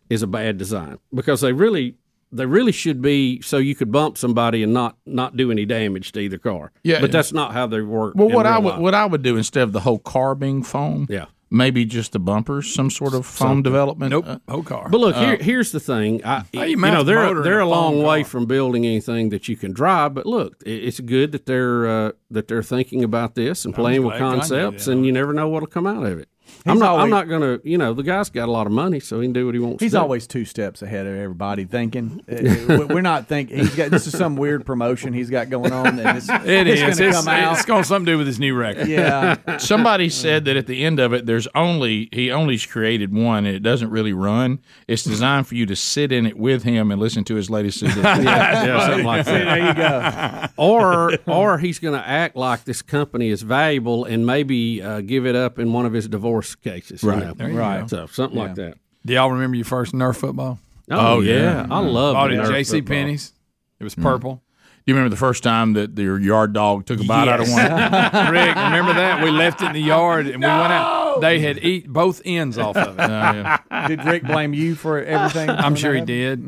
is a bad design because they really they really should be so you could bump somebody and not not do any damage to either car. Yeah, but yeah. that's not how they work. Well, in what I real would life. what I would do instead of the whole car being foam, Yeah. maybe just a bumper, some sort of foam development. Nope. Uh, Whole car. But look, here, here's the thing. I, How you you mount know, the they're motor in they're a a long phone way car? from building anything that you can drive. But look, it, it's good that they're uh, that they're thinking about this and playing with glad Kanye concepts, did. and you never know what'll come out of it. I'm not. I'm not gonna. You know, the guy's got a lot of money, so he can do what he wants. He's to do. (laughs) always two steps ahead of everybody thinking. Uh, we- We're not thinking. He's got this is some weird promotion he's got going on. And (laughs) it's, It is. it's going to It's, come out. it's got something to do with his new record. yeah, Somebody said that at the end of it, there's only he only's created one, and it doesn't really run. It's designed for you to sit in it with him and listen to his (laughs) latest CD. yeah, something (laughs) like that. there you go. (laughs) or or he's going to act like this company is valuable and maybe uh, give it up in one of his divorce cases. Right, right. So something like that. Do y'all remember your first Nerf football? Oh, yeah. I love Bought it Nerf at J.C. football. Penney's. It was purple. Do Mm. you remember the first time that your yard dog took a bite out of one? (laughs) Rick, remember that? We left it in the yard and we went out. They had eat both ends off of it. Did Rick blame you for everything? (laughs) I'm (laughs) sure he did.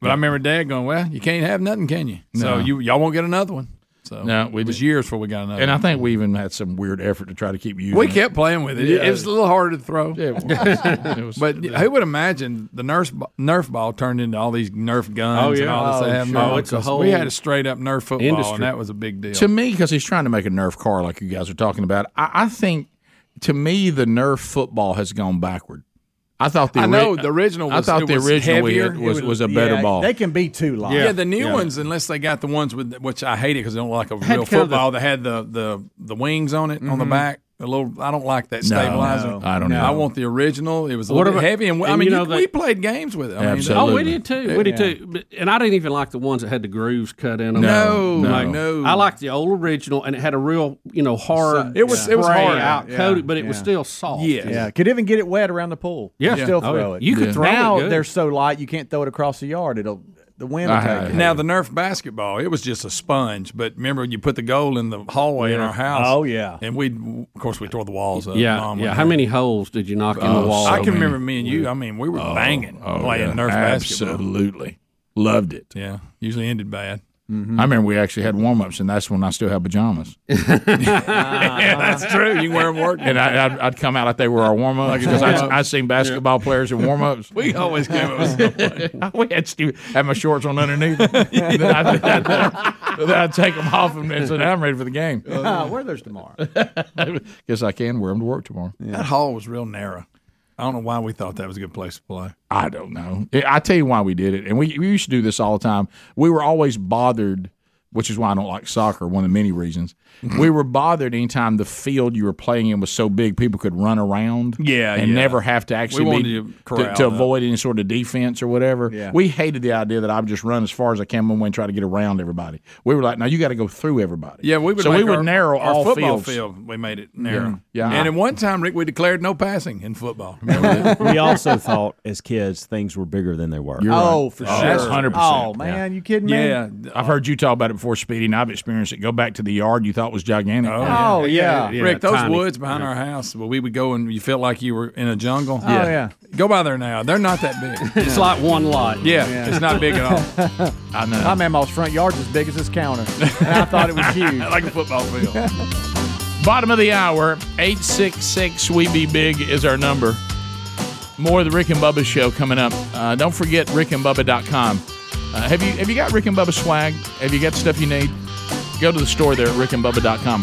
But I remember Dad going, "Well, you can't have nothing, can you? So you y'all won't get another one." So No, we it was didn't. years before we got another. And I one. think we even had some weird effort to try to keep using. we it. kept playing with it. It- It was a little harder to throw. Yeah, it was. It (laughs) was- But who would imagine the Nerf b- Nerf ball turned into all these Nerf guns Oh, and yeah. all this? Oh, they have sure. now? Oh, it's a Because we whole had a straight up Nerf football, industry. and that was a big deal. to me, because he's trying to make a Nerf car like you guys are talking about, I, I think to me the Nerf football has gone backward. I thought the I ori- know the original. I Was, thought it the was original we heavier. had was, It was a better Yeah, ball. They can be too light. Yeah, the new ones, unless they got the ones with which I hate it because I don't like a real kind of the- Mm-hmm. football. that had the the the wings on it on the back. A little, I don't like that stabilizer. no, I don't know. I want the original. It was a What little bit about- heavy, and, we- I and mean, you you know we that- played games with it. I mean, Absolutely. Oh, we did too. We did too. But- And I didn't even like the ones that had the grooves cut in them. No, No. no. I liked the old original, and it had a real, you know, hard. It was- it was spray hard. out Yeah. coated, but it was Yeah. still soft. Yeah. Yeah, could even get it wet around the pool. Yeah. You still Oh, throw yeah. it. You could throw it now good. they're so light you can't throw it across the yard. It'll the wind will I- take it. oh, now the Nerf basketball, it was just a sponge. But remember, you put the goal in the hallway in our house. Oh, yeah. and we, of course, we tore the walls up. Yeah, Mom yeah. would- How many holes did you knock in the wall? Oh, I can remember me and you. I mean, we were banging Oh, playing Nerf basketball. Absolutely. Loved it. Yeah, usually ended bad. I remember we actually had warm ups, and that's when I still had (laughs) pajamas. yeah, that's true. You can wear them work. And I, I'd, I'd come out like they were our warm ups because warm-up. I'd, I'd seen basketball players in warm ups. We always (laughs) came up with something. we had stupid, had my shorts on (laughs) underneath. then, I'd, then I'd take them off and say, now I'm ready for the game. Uh, Ah, where there's tomorrow. (laughs) Guess I can wear them to work tomorrow. That hall was real narrow. I don't know why we thought that was a good place to play. I don't know. I I tell you why we did it, and we, we used to do this all the time. We were always bothered, which is why I don't like soccer. One of the many reasons Mm-hmm. we were bothered anytime the field you were playing in was so big, people could run around, Yeah, and yeah. never have to actually wanted be, to to, corral to that. avoid any sort of defense or whatever. Yeah. We hated the idea that I would just run as far as I can one way and try to get around everybody. We were like, no, you got to go through everybody. Yeah, we would. so we make would our- narrow our all football fields. field. We made it narrow. Yeah. Yeah. And at one time, Rick, we declared no passing in football. we also thought as kids things were bigger than they were. oh, for sure. that's 100%, Oh man, you kidding me? yeah. I've heard you talk about it before, Speedy, and I've experienced it. Go back to the yard you thought was gigantic. Oh yeah. Yeah, Rick, those tiny. woods behind our house, where we would go and you felt like you were in a jungle. Oh yeah. Go by there now. They're not that (laughs) big. It's like one lot. Yeah, it's not big at all. (laughs) I know. My mamaw's front yard's as big as this counter, and I thought it was huge. like a football field. Bottom of the hour, 866 We Be Big is our number. More of the Rick and Bubba show coming up. Uh, don't forget rickandbubba.com. Uh, have you have you got Rick and Bubba swag? Have you got stuff you need? Go to the store there at rickandbubba.com.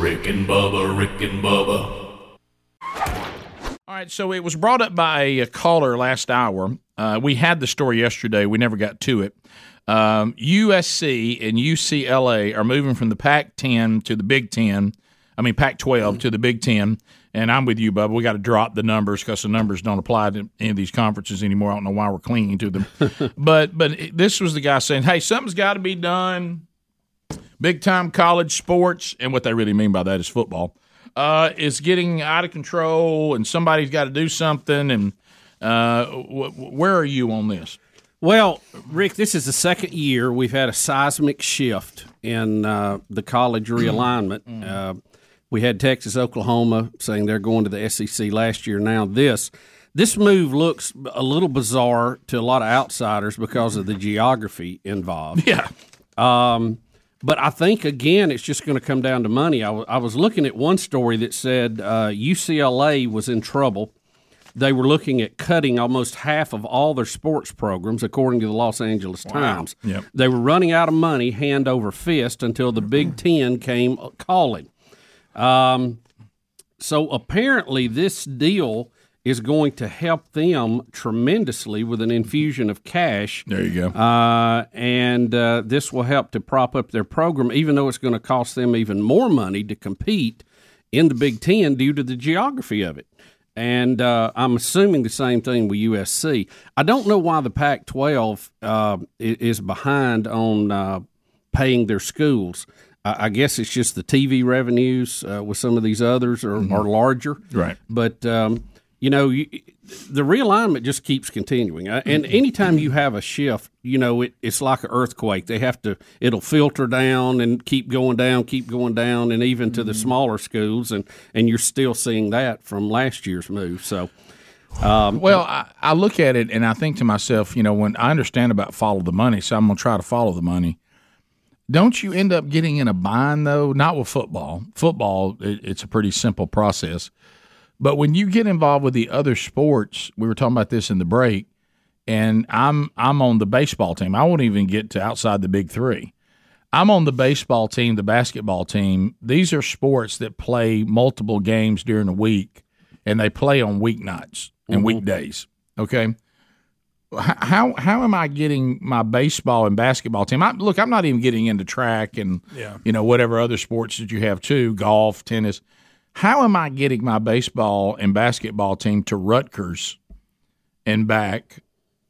Rick and Bubba, Rick and Bubba, All right, so it was brought up by a caller last hour. Uh, we had the story yesterday, we never got to it. Um, USC and UCLA are moving from the Pac 10 to the Big 10, I mean, Pac 12 to the Big 10. And I'm with you, Bubba. We got to drop the numbers because the numbers don't apply to any of these conferences anymore. I don't know why we're clinging to them. but but it- this was the guy saying, hey, something's got to be done. Big time college sports, and what they really mean by that is football uh, is getting out of control, and somebody's got to do something. And uh, wh- wh- where are you on this? Well, Rick, this is the second year we've had a seismic shift in uh, the college realignment. Uh, we had Texas, Oklahoma saying they're going to the SEC last year. Now this, this move looks a little bizarre to a lot of outsiders because of the geography involved. Yeah, Um, But I think again, it's just going to come down to money. I wa- I was looking at one story that said uh, UCLA was in trouble. They were looking at cutting almost half of all their sports programs, according to the Los Angeles Times. Yep. They were running out of money hand over fist until the Big Ten came uh, calling. Um, so apparently, this deal is going to help them tremendously with an infusion of cash. There you go. Uh, and uh, this will help to prop up their program, even though it's going to cost them even more money to compete in the Big Ten due to the geography of it. And uh, I'm assuming the same thing with USC. I don't know why the Pac 12 uh, i- is behind on uh, paying their schools. I I guess it's just the TV revenues uh, with some of these others are, are larger. Mm-hmm. Right. But um, you know, you, the realignment just keeps continuing, Uh, Mm-hmm. and anytime you have a shift, you know, it, it's like an earthquake. They have to; it'll filter down and keep going down, keep going down, and even to the Mm-hmm. smaller schools, and and you're still seeing that from last year's move. So, Well, I, I look at it and I think to myself, you know, when I understand about follow the money, so I'm going to try to follow the money. Don't you end up getting in a bind though? Not with football. Football, it, it's a pretty simple process. But when you get involved with the other sports, we were talking about this in the break, and I'm I'm on the baseball team. I won't even get to outside the big three. I'm on the baseball team, the basketball team. These are sports that play multiple games during the week, and they play on weeknights and weekdays. Okay, H- how how am I getting my baseball and basketball team? I, look, I'm not even getting into track and you know whatever other sports that you have too, golf, tennis. How am I getting my baseball and basketball team to Rutgers and back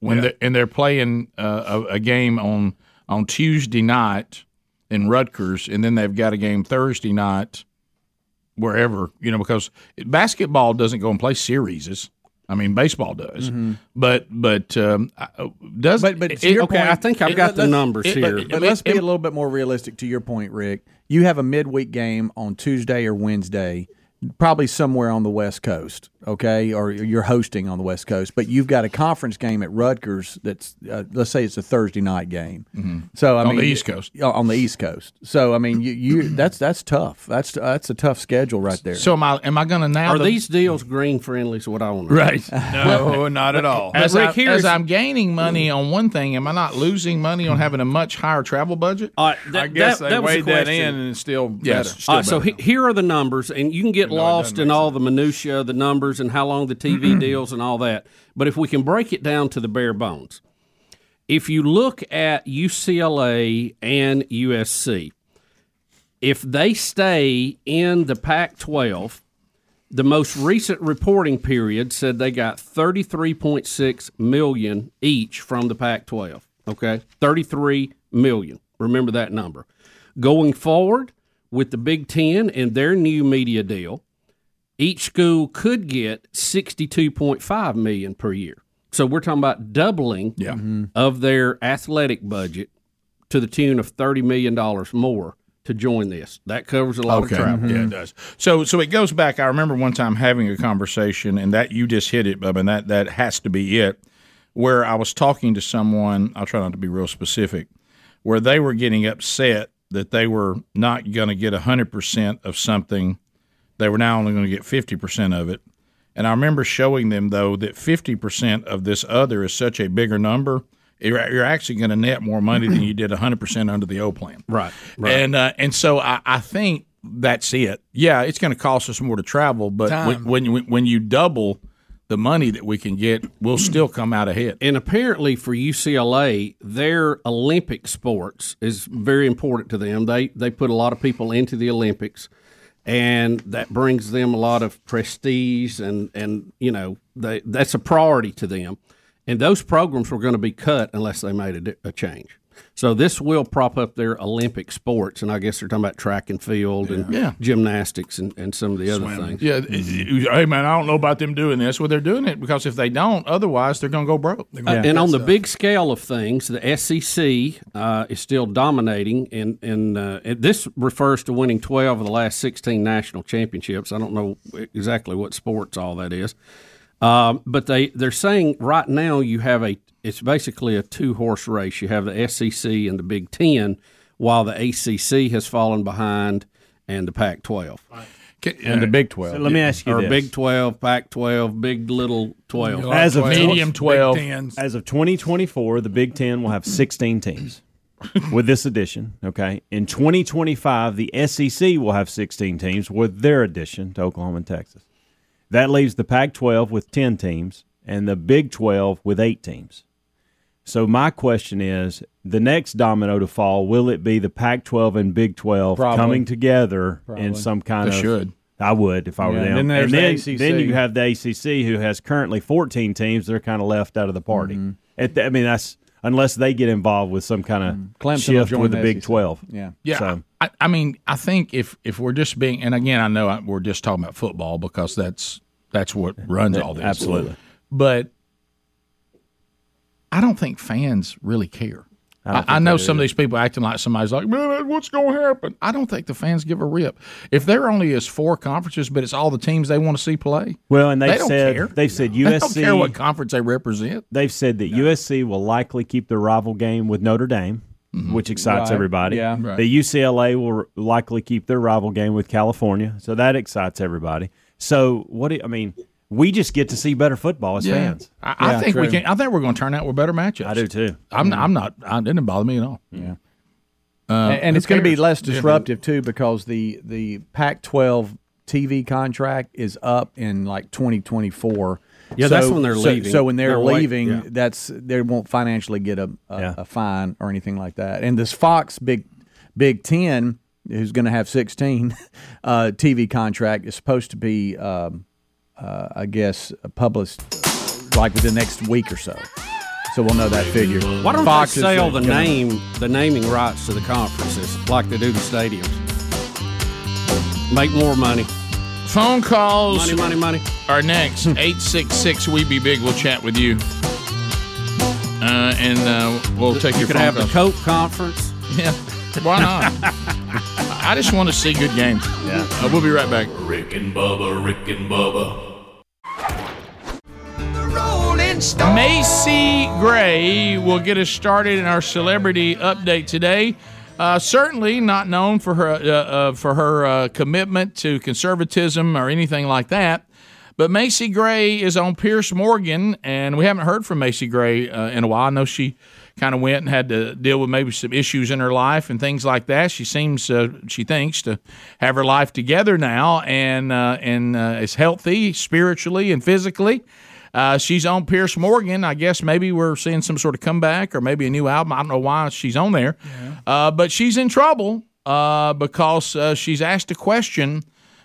when they're, and they're playing uh, a, a game on on Tuesday night in Rutgers, and then they've got a game Thursday night wherever you know because basketball doesn't go and play series. I mean, baseball does, but but um, I- does Mm-hmm. But- but to it- your okay, I think I've got the let's- numbers it- here. it- But let's be a little bit more realistic to your point, Rick. You have a midweek game on Tuesday or Wednesday, probably somewhere on the West Coast, okay? Or you're hosting on the West Coast, but you've got a conference game at Rutgers that's, uh, let's say it's a Thursday night game. So I Mm-hmm. On the mean, East Coast. Yeah, on the East Coast. So I mean, you, you that's that's tough. That's that's a tough schedule right there. so am I? Am I going to now? are the- these deals green friendly? Is what I want. to know. right? No, not at all. As, Rick, I, here as is- I'm gaining money on one thing, am I not losing money on having a much higher travel budget? All right, Uh, that, I guess that- they that was the weighed that question. in and it's still Yes. better. Still All right, so he, here are the numbers, and you can get lost in all the minutia, the numbers, and how long the TV deals and all that. But if we can break it down to the bare bones, if you look at UCLA and USC, if they stay in the Pac-12, the most recent reporting period said they got 33.6 million each from the Pac-12. Okay, 33 million. Remember that number. Going forward with the Big Ten and their new media deal, each school could get 62.5 million per year. So we're talking about doubling of their athletic budget to the tune of 30 million dollars more to join this. That covers a lot of travel. Yeah, it does. So, so it goes back. I remember one time having a conversation, and that you just hit it, Bub, and that that has to be it. Where I was talking to someone, I'll try not to be real specific, where they were getting upset that they were not going to get hundred percent of something. They were now only going to get fifty percent of it. And I remember showing them though that fifty percent of this other is such a bigger number. You're, you're actually going to net more money than you did 100% under the O plan. Right. And uh, and so I, I think that's it. Yeah, it's going to cost us more to travel, but when, when you- when you double the money that we can get, we'll still come out ahead. And apparently for UCLA, their Olympic sports is very important to them. They they put a lot of people into the Olympics and that brings them a lot of prestige and and you know, they that's a priority to them. And those programs were going to be cut unless they made a, di- a change. So this will prop up their Olympic sports, and I guess they're talking about track and field and Yeah. gymnastics and, and some of the other things. Yeah, hey man, I don't know about them doing this. Well, they're doing it because if they don't, otherwise they're going to go broke. Uh, and on the big scale of things, the SEC uh, is still dominating, and and, uh, and this refers to winning twelve of the last sixteen national championships. I don't know exactly what sports all that is, um, but they they're saying right E now you have a it's basically a two horse race. You have the SEC and the Big Ten while the ACC has fallen behind and the Pac 12. and the Big 12. let me ask you Or this. Big 12, Pac 12, Big Little 12. As of medium twelve. As of 2024, the Big Ten will have 16 teams with this addition. Okay. In 2025, the SEC will have 16 teams with their addition to Oklahoma and Texas. That leaves the Pac 12 with 10 teams and the Big 12 with eight teams. So, my question is the next domino to fall, will it be the Pac 12 and Big 12 coming together in some kind They of. should. I would if I were Yeah, and them. then there's then, the ACC. then you have the ACC, who has currently 14 teams. They're kind of left out of the party. Mm-hmm. At the- I mean, that's unless they get involved with some kind of Mm-hmm. Clemson will shift join with the the Big SEC. 12. Yeah. Yeah, So- I, I mean, I think if if we're just being, and again, I know I, we're just talking about football because that's that's what runs all this. Absolutely. but I don't think fans really care. I, I know some of these people acting like somebody's like, man, what's going to happen? I don't think the fans give a rip. If there only is four conferences, but it's all the teams they want to see play, (laughs) Well, and they've They don't said care. they've (laughs) said they don't care what USC. conference they represent. They've said that USC will likely keep their rival game with Notre Dame, which excites Right. everybody. Yeah. Mm-hmm. Right. The UCLA will r- likely keep their rival game with California, so that excites everybody. So what do you, I mean, we just get to see better football as fans. I, I think we can. I think we're going to turn out with better matchups. I do too. Mm-hmm. Mm. I'm, not- I'm not. I didn't bother me at all. and, and it's going to be cares? less disruptive too because the the Pac-12 TV contract is up in like 2024. Yeah, that's when they're so- leaving. So when they're, They're wait- leaving, yeah. that's they won't financially get a a, Yeah. a fine or anything like that. And this Fox Big Big Ten, who's going to have 16 (laughs) uh, TV contract, is supposed to be, um, uh, I guess, published like within the next week or so. So we'll know that figure. Why don't Fox they is sell the gonna- name, the naming rights to the conferences like they do the stadiums? Make more money, Phone calls money, money, money. are next. Hmm. 866 We Be Big. We'll chat with you. Uh, and uh, we'll take You your could phone have the calls. Coke Conference. yeah. Why (laughs) not? I just want to see good games. Yeah. we'll be right back. Rick and Bubba, Rick and Bubba. Macy Gray will get us started in our celebrity update today. Uh, certainly not known for her uh, uh, for her uh, commitment to conservatism or anything like that. But Macy Gray is on Pierce Morgan, and we haven't heard from Macy Gray uh, in a while. I know she kind of went and had to deal with maybe some issues in her life and things like that. She seems, uh, she thinks, to have her life together now and uh, and uh, is healthy spiritually and physically. Uh, she's on Pierce Morgan. I guess maybe we're seeing some sort of comeback or maybe a new album. I don't know why she's on there, uh, but she's in trouble uh, because uh, she's asked a question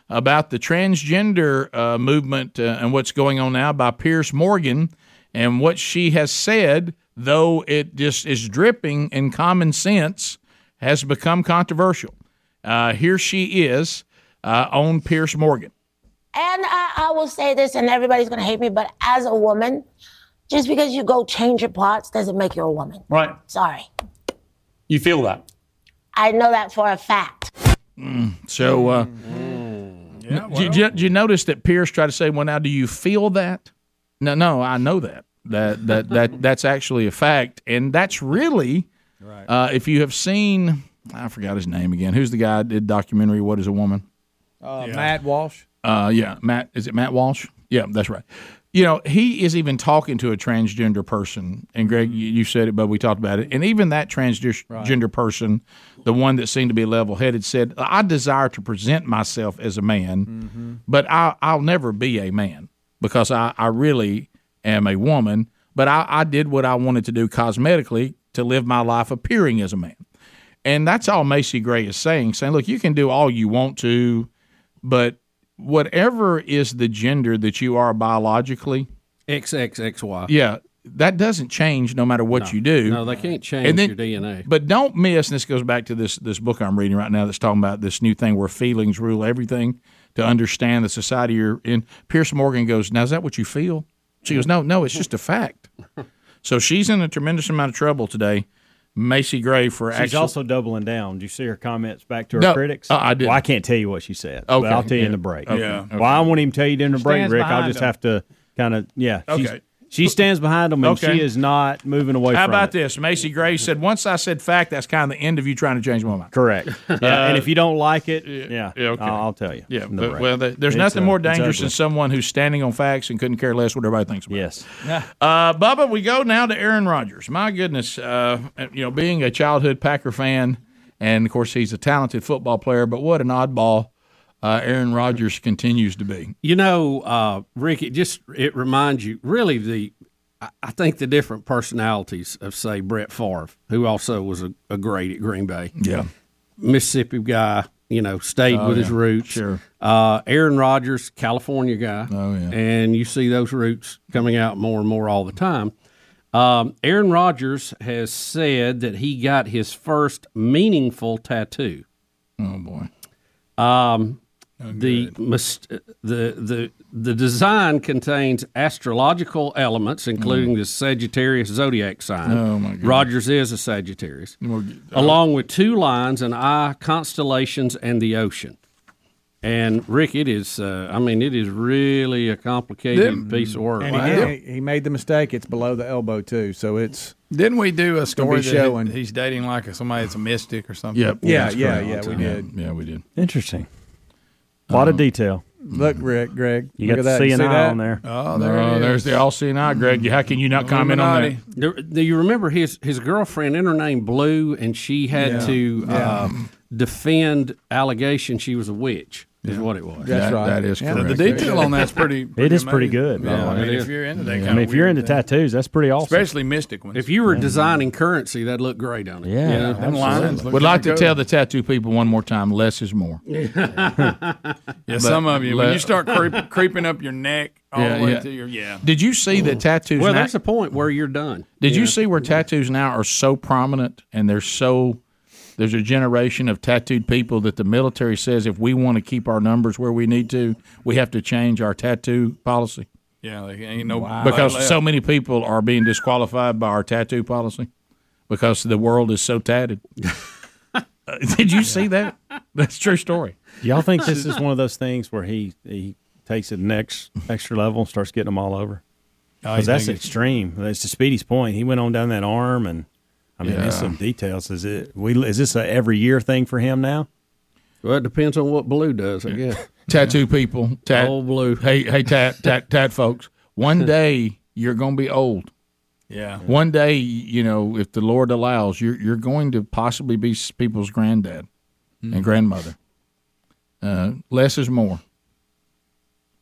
about the transgender uh, movement uh, and what's going on now by Pierce Morgan and what she has said, though it just is dripping in common sense, has become controversial. Uh, here she is uh, on Pierce Morgan. and I, I will say this, and everybody's gonna hate me, but as a woman, just because you go change your parts doesn't make you a woman. Right. Sorry. You feel that. I know that for a fact. So, uh, did, you, did you notice that Pierce tried to say, "Well, now, do you feel that?" No, no, I know that that that that that's actually a fact, and that's really, uh, if you have seen, I forgot his name again. Who's the guy that did documentary? What is a woman? Uh, Matt Walsh. Uh, yeah, Matt. Is it Matt Walsh? Yeah, that's right. You know, he is even talking to a transgender person, and Greg, you, you said it, but we talked about it. And even that transgender person, the one that seemed to be level-headed, said, "I desire to present myself as a man, but I, I'll never be a man because I, I really am a woman. But I, I did what I wanted to do cosmetically to live my life appearing as a man." And that's all Macy Gray is saying, saying, "Look, you can do all you want to." but whatever is the gender that you are biologically, XXXY. yeah, that doesn't change no matter what you do. No, they can't change And then- your DNA. But don't miss, and this goes back to this this book I'm reading right now that's talking about this new thing where feelings rule everything to understand the society you're in. Pierce Morgan goes, Now is that what you feel? She goes, No, no, it's just a fact. So she's in a tremendous amount of trouble today. Macy Gray for She's actual- also doubling down. Do you see her comments back to her No, critics? uh, I didn't. Well, I can't tell you what she said. Okay, but I'll tell you yeah. in the break. Okay, Yeah. Well, I won't even tell you during the break, Stands Rick. I'll behind just them. have to kind of yeah. she's- Okay. She's, She stands behind them, and Okay. she is not moving away How from about it. this? Macy Gray said, once I said fact, that's kind of the end of you trying to change my mind. Correct. Yeah, and Uh, if you don't like it, yeah, yeah, okay. I'll, I'll tell you. Yeah, in the but- break. well, there- there's It's, nothing uh, more it's dangerous ugly. than someone who's standing on facts and couldn't care less what everybody thinks about. Yes. Uh, Bubba, we go now to Aaron Rodgers. My goodness, uh, you know, being a childhood Packer fan, and of course he's a talented football player, but what an oddball uh, Aaron Rodgers continues to be. You know, uh, Rick, it just it reminds you really the I- I think the different personalities of say Brett Favre, who also was a, a great at Green Bay. Yeah. Mississippi guy, you know, stayed Oh, with his yeah. roots. Sure. Uh, Aaron Rodgers, California guy. Oh yeah. And you see those roots coming out more and more all the time. Um, Aaron Rodgers has said that he got his first meaningful tattoo. Oh boy. Um, the mis- the the the design contains astrological elements, including the Sagittarius zodiac sign. Mm. Oh, my goodness. Rogers is a Sagittarius, Well, uh, g- along with two lines, an eye, constellations, and the ocean. And Rick, it is. Uh, I mean, it is really a complicated Them- piece of work. And he, he made the mistake. It's below the elbow too, so it's Didn't we do a gonna story be that showing. he's dating like somebody that's a mystic or something? Yep. Yeah, That's yeah, correct. yeah, we Yeah, did. Yeah, we did. Interesting. A lot of detail. Look, Rick, Greg, You look got at the that. C and See I that? on Uh, there. Oh, there No, it is. there's the all seeing eye, Greg. How can you not comment on Illuminati. that? There, do you remember his his girlfriend? In her name Blue, and she had to uh, defend allegation she was a witch. Is what it was. That's That- right. That is Yeah. correct. The detail on that's pretty. It is pretty good. Yeah, man. I mean, it is. if you're into that I kind mean, of if you're weird into thing, tattoos, that's pretty awesome. especially mystic ones. If you were designing currency, that'd look great on it. yeah, You know? them lines look Would like to good. tell the tattoo people one more time: less is more. Yeah, some of you when let- you start creep, creeping up your neck all Yeah, the way yeah. to your yeah. Did you see that tattoos? Well, now- that's a point where you're done. Did you see where tattoos now are so prominent and they're so there's a generation of tattooed people that the military says if we want to keep our numbers where we need to, we have to change our tattoo policy Yeah, like ain't no because so many people are being disqualified by our tattoo policy because the world is so (laughs) tatted. Uh, Did you see that? That's a true story. Y'all think this is one of those things where he he takes it next extra level and starts getting them all over? Oh, Because that's extreme. That's to Speedy's point. He went on down that arm, and I mean, there's some details. Is it we? Is this a every year thing for him now? Well, it depends on what Blue does, I guess. tattoo people, tat, Old Blue. hey hey tat tat tat folks, one day you're going to be old. yeah. One day, you know, if the Lord allows, you're you're going to possibly be s- people's granddad and grandmother. Uh, less is more.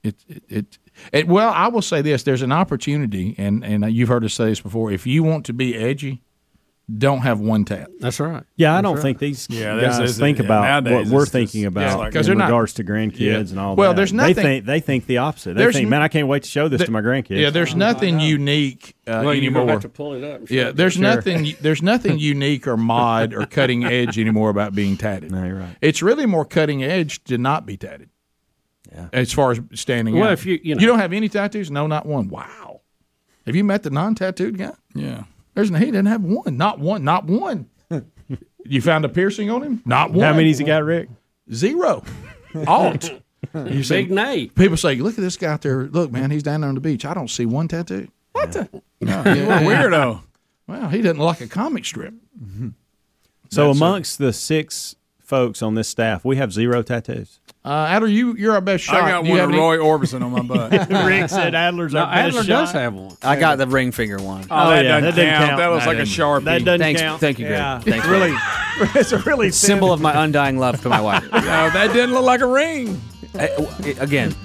It, it it it well, I will say this: there's an opportunity, and and you've heard us say this before. If you want to be edgy, don't have one tat That's right. Yeah, I don't think these Yeah, this guys is- think yeah, about nowadays what we're it's just- thinking about yeah, 'cause in they're not- regards to grandkids and all. Well, that. there's They nothing- think, they think the opposite. They There's think, n- man, I can't wait to show this to my grandkids. Yeah, there's nothing unique uh, anymore. pull it up. yeah, there's nothing. There's (laughs) nothing unique or mod or cutting edge anymore about being tatted. No, you're right. It's really more cutting edge to not be tatted. Yeah. As far as standing Well, out. if you- you know- don't have any tattoos, no, not one. Wow. Have you met the non-tattooed guy? Yeah. There's he doesn't have one, not one, not (laughs) one. you found a piercing on him? Not one. How many's he got, Rick? Zero. (laughs) Alt. You see, Big Nate. people say, "Look at this guy out there. Look, man, he's down there on the beach. I don't see one tattoo. What the? Weirdo. Wow, he doesn't like a comic strip. So amongst the six folks on this staff, we have zero tattoos. Uh, Adder, you you're our best I shot. got Do you one have of any- Roy Orbison on my butt. Rick said Adler's Now, Adler does have one. I got the ring finger one. Oh, that yeah, doesn't that doesn't count. count. That looks That like a doesn't- sharpie. That doesn't Thanks, count. thank you, Greg. Yeah. Thanks, Greg. really, it's a really thin- Symbol of my undying love to my wife. No, that didn't look like a ring. Uh, w- Again,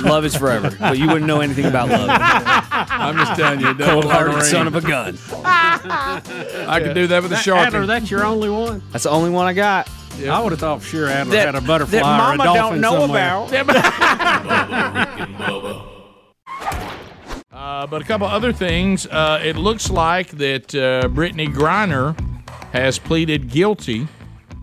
love is forever, but you wouldn't know anything about love. I'm just telling you, it doesn't look like a Cold-hearted ring. son of a gun. I could do that with a Adler, sharpie. that's your only one. That's the only one I got. I would have thought for sure Adler had That- a butterfly that or a Mama dolphin don't know somewhere. about. Bubba, Rick and Bubba. Uh, but a couple other things. Uh, it looks like that uh, Brittany Griner has pleaded guilty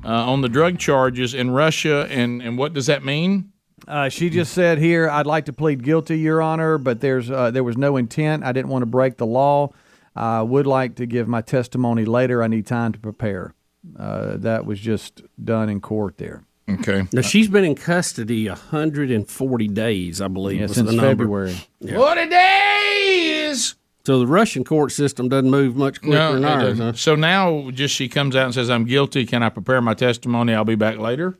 uh, on the drug charges in Russia. And, and what does that mean? Uh, she just said here, I'd like to plead guilty, Your Honor, but there's uh, there was no intent. I didn't want to break the law. I would like to give my testimony later. I need time to prepare. Uh, that was just done in court there. Okay. Now, she's been in custody 140 days, I believe. Yeah, was since the number. February. What a day! is? So the Russian court system doesn't move much quicker No, than it ours. doesn't. Huh? So now, just she comes out and says, "I'm guilty. Can I prepare my testimony? I'll be back later."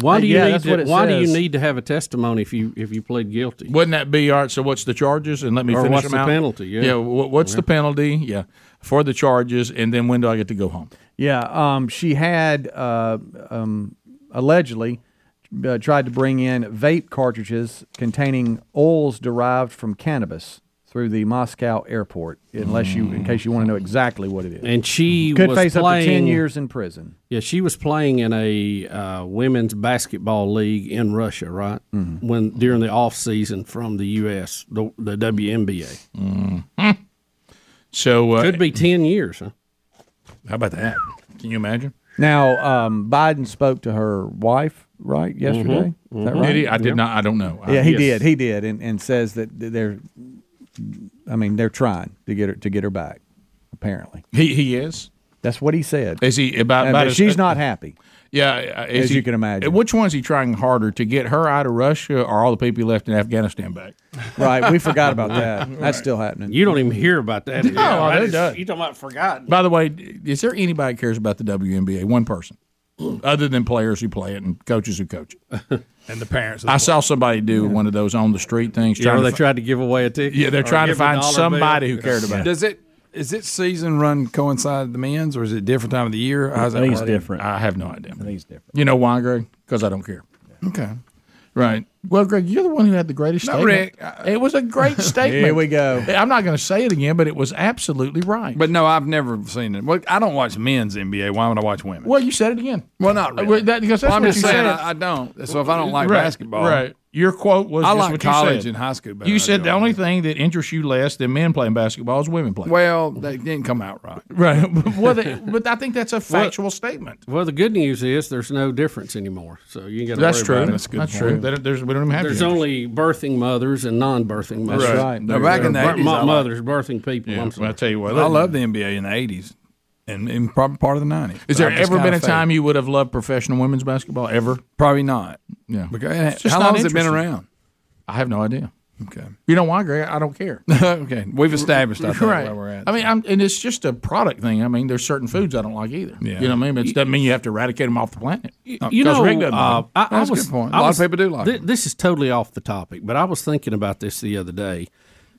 Why do you need to, Why do you need to have a testimony if you if you plead guilty? Wouldn't that be all right? So what's the charges? And let me Or finish what's them the out. penalty, yeah. wh- what's the Yeah. penalty? Yeah, for the charges, and then when do I get to go home? Yeah, um, she had uh, um, allegedly uh, tried to bring in vape cartridges containing oils derived from cannabis through the Moscow airport. Unless you, in case you want to know exactly what it is, And she could was face up to ten playing- years in prison. Yeah, she was playing in a uh, women's basketball league in Russia, right? Mm-hmm. When during the off season from the U.S. the, the WNBA. So uh, could be ten years. Huh? How about that? Can you imagine? Now, um, Biden spoke to her wife, right, yesterday? Is Mhm. that right? Did he? I did Yeah. not- I don't know. I- Yeah, he Yes. did. He did, and, and says that they're, I mean, they're trying to get her to get her back. Apparently, he he is. That's what he said. Is he about? And- about but his- uh, she's not happy. Yeah, uh, is As he- you can imagine. Which one is he trying harder to get her out of Russia, or all the people he left in Afghanistan back? Right, we forgot about that. That's still happening. You don't even hear about that. No, I That don't is- know. You talking about forgotten? By the way, is there anybody that cares about the WNBA? One person, other than players who play it and coaches who coach it. And the parents. I saw somebody do one of those on the street things. Yeah, trying where to they fi- tried to give away a ticket. Yeah, they're Or trying to give a find dollar somebody bill. who cared about it. Does it is its season run coincide the men's or is it different time of the year? How's that work? I have no idea. I think it's different. You know why, Greg? Because I don't care. Okay. Right. Well, Greg, you're the one who had the greatest No, statement. Rick, I- it was a (laughs) great statement. Here we go. I'm not going to say it again, but it was absolutely right. But no, I've never seen it. Well, I don't watch men's NBA. Why would I watch women? Well, you said it again. Well, not Uh, really. that- because that's Well, I'm what just you saying said. I, I don't. So if I don't like Right, basketball, right? Your quote was I just like what college you said. and high school better You than I said do the only thing that interests you less than men playing basketball is women playing. Well, they didn't come out right. (laughs) (laughs) Right. well, they, but I think that's a factual statement. Well, the good news is there's no difference anymore. So you got to That's worry true. About it. That's a good That's point. true. They don't- there's- we don't even have There's difference. only birthing mothers and non-birthing mothers. That's right. Now, back in the Bir- 80s, I mo- like- mothers, birthing people. I'm sorry. I love the NBA in the '80s, and, and probably part of the '90s. Is But there I'm just ever been kinda a faded. time you would have loved professional women's basketball ever? Probably not. Yeah. Because, eh, It's just how not long has it been interesting. around? I have no idea. Okay. You know why, Greg? I don't care. (laughs) okay, we've established I think, right. where we're at. I mean, I'm, and it's just a product thing. I mean, there's certain foods I don't like either. Yeah. You know what I mean? But it doesn't mean you have to eradicate them off the planet. you know, Rick Oh, doesn't uh, like 'em. I, I That's a was, good point. I A lot was- of people do like thi- them. This is totally off the topic, but I was thinking about this the other day.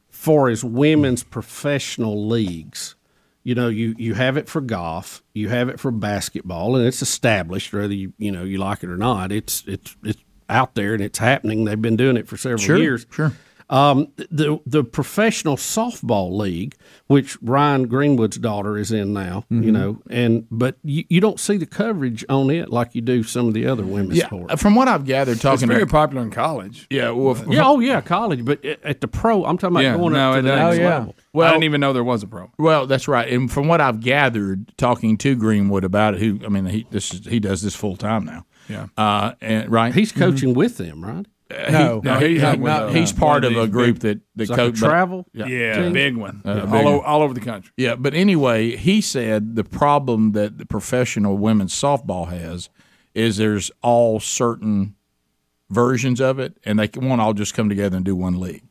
For as women's professional leagues, you know, you you have it for golf, you have it for basketball, and it's established whether you you know you like it or not. It's it's it's out there and it's happening. They've been doing it for several Sure, years. sure. Um, the the professional softball league, which Ryan Greenwood's daughter is in now, you Mhm. know, and but you, you don't see the coverage on it like you do some of the other women's Yeah, sports. from what I've gathered, talking it's very to popular in college. yeah, well, f- Yeah, oh yeah, college, but a- at the pro, I'm talking about yeah, going no, up to it the does. Oh, next level. Well, I Well- didn't even know there was a pro. Well, that's right. And from what I've gathered, talking to Greenwood about it, who I mean, he this is he does this full time now. Yeah. Uh, and right, He's coaching with them, right? Uh, No, he- no, he's, not he- with us. he's One part of of a these group big- that the It's like a coach travel Yeah, Yeah, team? big one. Uh, big all, one. o- all over the country. Yeah, but anyway, he said the problem that the professional women's softball has is there's all certain versions of it, and they can- won't all just come together and do one league.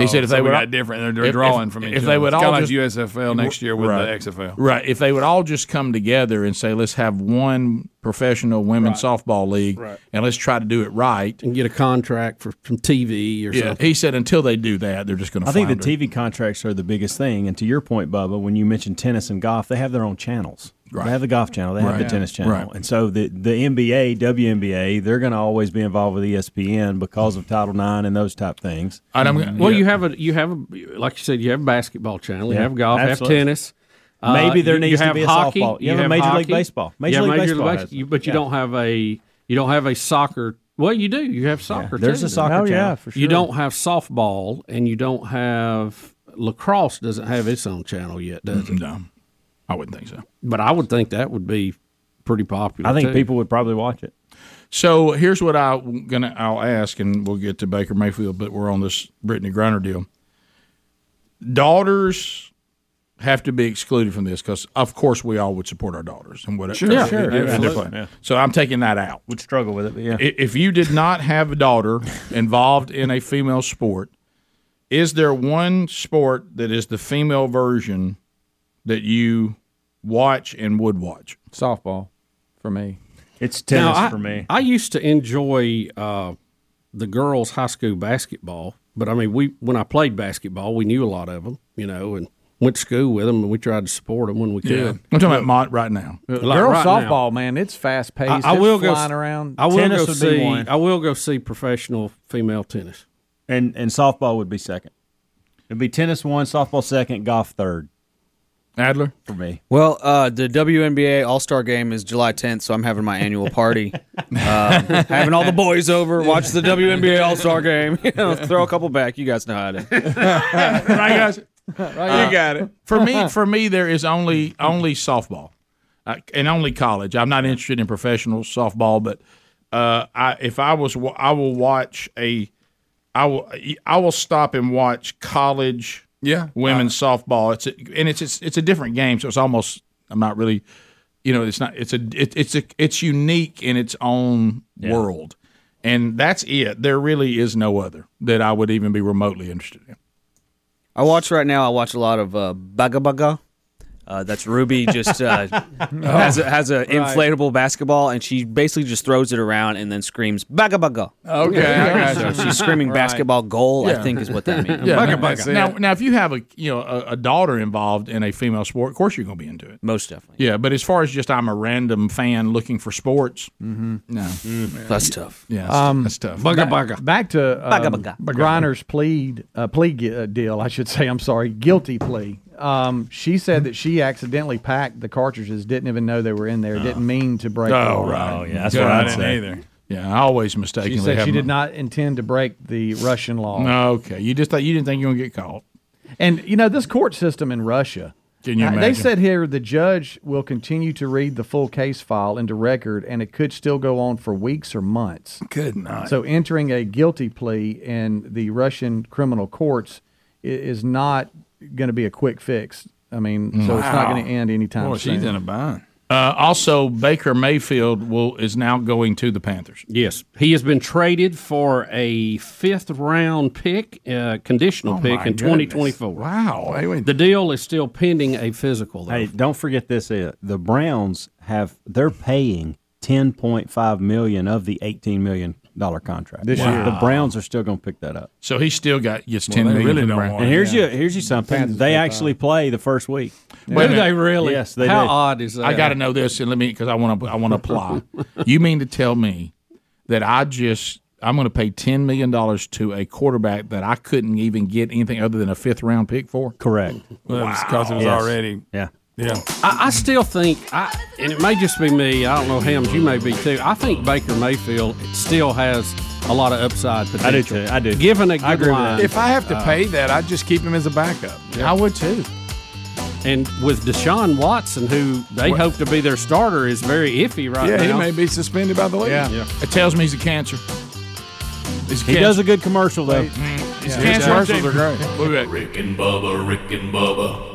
he said if Oh, so they we would got all- different, they're- they're drawing from each if they other. would It's all kinda like just, USFL next year with the XFL. right? If they would all just come together and say, let's have one professional women's softball league, Right. and let's try to do it right. And get a contract for from TV or Yeah, something. he said until they do that, they're just going to. I think the flounder. TV contracts are the biggest thing. And to your point, Bubba, when you mentioned tennis and golf, they have their own channels. Right. They have the golf channel, they have Right. the tennis channel. Right. And so the, the NBA, WNBA, they're going to always be involved with E ESPN because of Title IX and those type things. And I'm, Well, you have a you have a like you said you have a basketball channel, you Yeah, have golf, absolutely. Uh, you have tennis. Maybe you- there you needs to have be a hockey, softball. You have a Major League hockey, Baseball. you Major have League League Baseball Bas- has you- one. but you Yeah. don't have a you don't have a soccer. Well, you do. You have soccer. there's too, a though. soccer Oh, yeah, channel. for You sure. don't have softball, and you don't have lacrosse. Doesn't have its own channel yet, does it? No, I wouldn't think so. But I would think that would be pretty popular. I think too. people would probably watch it. So here's what I'm gonna I'll ask, and we'll get to Baker Mayfield, but we're on this Brittany Griner deal. Daughters have to be excluded from this because, of course, we all would support our daughters and whatever. Sure, Yeah. sure, And they're absolutely. playing. So I'm taking that out. Would struggle with it, but yeah. I- If you did not have a daughter involved in a female sport, Is there one sport that is the female version that you watch and would watch? Softball for me. It's Now, I, I used to enjoy uh, the girls' high school basketball, but I mean, we when I played basketball, we knew a lot of them, you know, and went to school with them, and we tried to support them when we Yeah. could. I'm talking about Mott right now. Like Girl right now. softball, man, it's fast I, paced. I will go flying around. I will go see. I will go see professional female tennis. And and softball would be second. It'd be tennis one, softball second, golf third. Adler for me. Well, uh, the WNBA All Star Game is July 10th, so I'm having my annual party, uh, having all the boys over, watch the WNBA All Star Game, (laughs) you know, throw a couple back. You guys know how to. right, (laughs) guys. You got it. For me, for me, there is only only softball, uh, and only college. I'm not interested in professional softball, but uh, I, if I was, wa- I will watch a, I will, I will stop and watch college. Yeah. women's softball. It's a, and it's, it's it's a different game, so it's almost I'm not really, you know, it's not it's a it, it's a it's unique in its own world, and that's it. There really is no other that I would even be remotely interested in. I watch right now. I watch a lot of uh, Baga Baga. Uh, that's Ruby just uh, has a, has an inflatable basketball, and she basically just throws it around and then screams Baga Baga. Okay, I so gotcha. she's screaming Right. basketball goal. Yeah. I think is what that means. Yeah, now, now, now, if you have a you know a, a daughter involved in a female sport, of course you're going to be into it. Most definitely. Yeah, but as far as just I'm a random fan looking for sports, Mhm. no, that's tough. Yeah, that's, Um, that's tough. ba- Back, to um, Baga baga. Griner's plead uh, plea gu- uh, deal. I should say. I'm sorry, guilty plea. Um, she said that she accidentally packed the cartridges, didn't even know they were in there, didn't mean to break. Oh, the right. Oh, yeah, that's what Yeah, I I'd didn't say. either. Yeah, I always mistakenly She said have she them- did not intend to break the Russian law. Okay, you just thought you didn't think you were going to get caught. And you know this court system in Russia. Can you uh, They imagine? said here the judge will continue to read the full case file into record, and it could still go on for weeks or months. Good night. So entering a guilty plea in the Russian criminal courts i- is not going to be a quick fix. I mean, so it's not Wow. going to end anytime soon. bind. Oh, Uh, also, Baker Mayfield will is now going to the Panthers. Yes, he has been traded for a fifth round pick, uh, conditional Oh, pick my in goodness. 2024. Wow. Hey, wait. The deal is still pending a physical, though. Hey, don't forget this: uh, the Browns have they're paying ten point five million of the eighteen million dollar contract This year. The Browns are still going to pick that up. So he still got just Well, ten they million. really from don't Brown. want it. And here's you- here's you something. They actually play the first week. Wait a Do minute. they really? Yes, they How do. odd is that? I got to know this, and let me because I want to. I want to (laughs) apply. you mean to tell me that I just I'm going to pay ten million dollars to a quarterback that I couldn't even get anything other than a fifth round pick for? Correct. Well, it's 'cause it was Yes. already- Yeah. Yeah. I, I still think, I, and it may just be me. I don't know, Hams. You may be too. I think Baker Mayfield still has a lot of upside potential. I do too. I do. Given a good line, If I have to uh, pay that, I'd just keep him as a backup. Yeah. I would too. and with Deshaun Watson, who they What- hope to be their starter, is very iffy right yeah, now. he may be suspended by the league. Yeah. Yeah. It tells me he's a cancer. He does a good commercial though. It's Yeah. cancer. Commercials are great. We'll be back. Rick and Bubba, Rick and Bubba.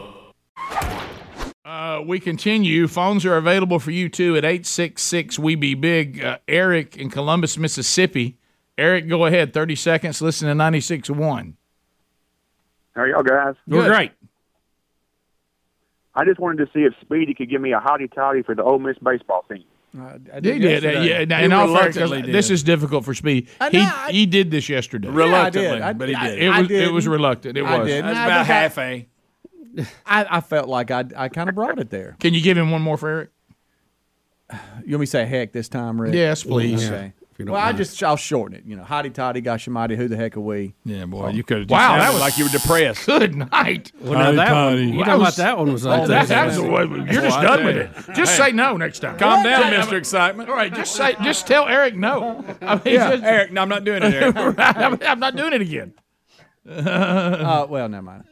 Uh, we continue. Phones are available for you too at 866 We Be Big. Uh, Eric in Columbus, Mississippi. Eric, go ahead. 30 seconds. Listen to 96 1. How are y'all guys? We're great. I just wanted to see if Speedy could give me a hottie toddy for the Ole Miss baseball team. He did. uh, yeah, and- and all fairness, this is difficult for Speed. I He, know, I- he did this yesterday. Yeah, I Reluctantly, did. I- but he did. It I was, it didn't. was reluctant. It I was. didn't. That's I about think I- half eh? a. I, I felt like I, I kind of brought it there. Can you give him one more for Eric? You want me to say heck this time, Rick? Yes, please. Yeah, Okay. if you don't Well, I mind. just I'll shorten it. You know, hotty toddy, gosh almighty, who the heck are we? Yeah, boy, you could. Wow, that was depressed. Good night. Well, now that one- you talking about that one was oh, like that, this. that was the one. You're just Well, I done tell with you. it. Just Hey. say no next time. Calm down, Say- Mr. Excitement. All right, just say, just tell Eric (laughs) no. I mean, Yeah, just- Eric, no, I'm not doing it, (laughs) Eric. Right, I'm, I'm not doing it again. uh, well, (laughs) never mind.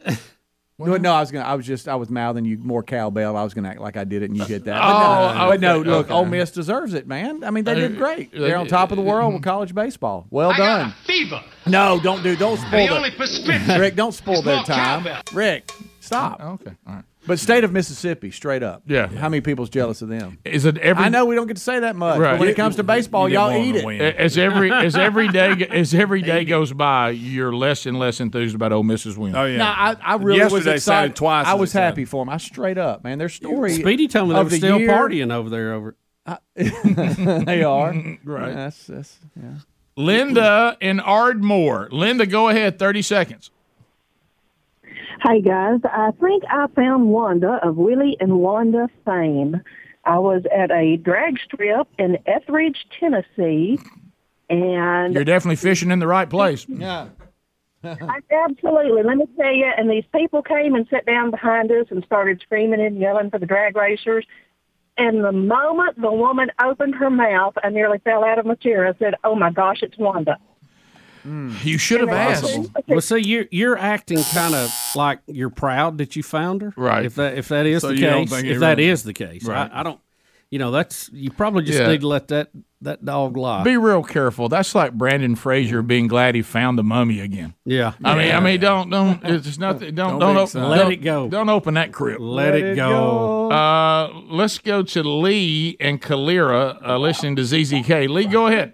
No, no, I was gonna. I was just. I was mouthing you more cowbell. I was gonna act like I did it, and you hit that. But no, Oh, but no, okay, look, okay. uh, Ole Miss deserves it, man. I mean, they did great. They're on top of the world mm-hmm. with college baseball. Well I got done. a fever. No, don't do. Don't The spoil only it. prescription (laughs) Rick, don't spoil is their more time. cowbell. Rick, stop. Okay, all right. But state of Mississippi, straight up. Oh. Yeah. How many people's jealous of them? Is it every? I know we don't get to say that much, Right. but when You- it comes to baseball, you y'all didn't eat want it. them to win. (laughs) As every as every day as every day goes by, you're less and less enthused about Ole Miss's win. Oh, yeah. No, I, I really was excited. I was happy for them. I straight up, man. Their story. Speedy told me they of were the still year- partying over there over. they (laughs) are Right. Yeah, that's, that's, yeah. Linda in Ardmore. Linda, go ahead. Thirty seconds. Hey guys, I think I found Wanda of Willie and Wanda fame. I was at a drag strip in Etheridge, Tennessee, and You're definitely fishing in the right (laughs) place. Yeah. I- absolutely. Let me tell you, and these people came and sat down behind us and started screaming and yelling for the drag racers. And the moment the woman opened her mouth, I nearly fell out of my chair. I said, "Oh my gosh, it's Wanda!" You should have asked. Well, see, you're you're acting kind of like you're proud that you found her, right? If that if that is So the you don't case, think it if that really- is the case, Right. I, I don't. You know, that's you probably just Yeah. need to let that that dog lie. Be real careful. That's like Brandon Fraser being glad he found the mummy again. yeah, I mean, I mean, don't don't. It's nothing. Don't don't, be op- excited. don't Let it go. Don't open that crib. Let it go. Uh, let's go to Lee and Kalira uh, listening to ZZK. Lee, go ahead.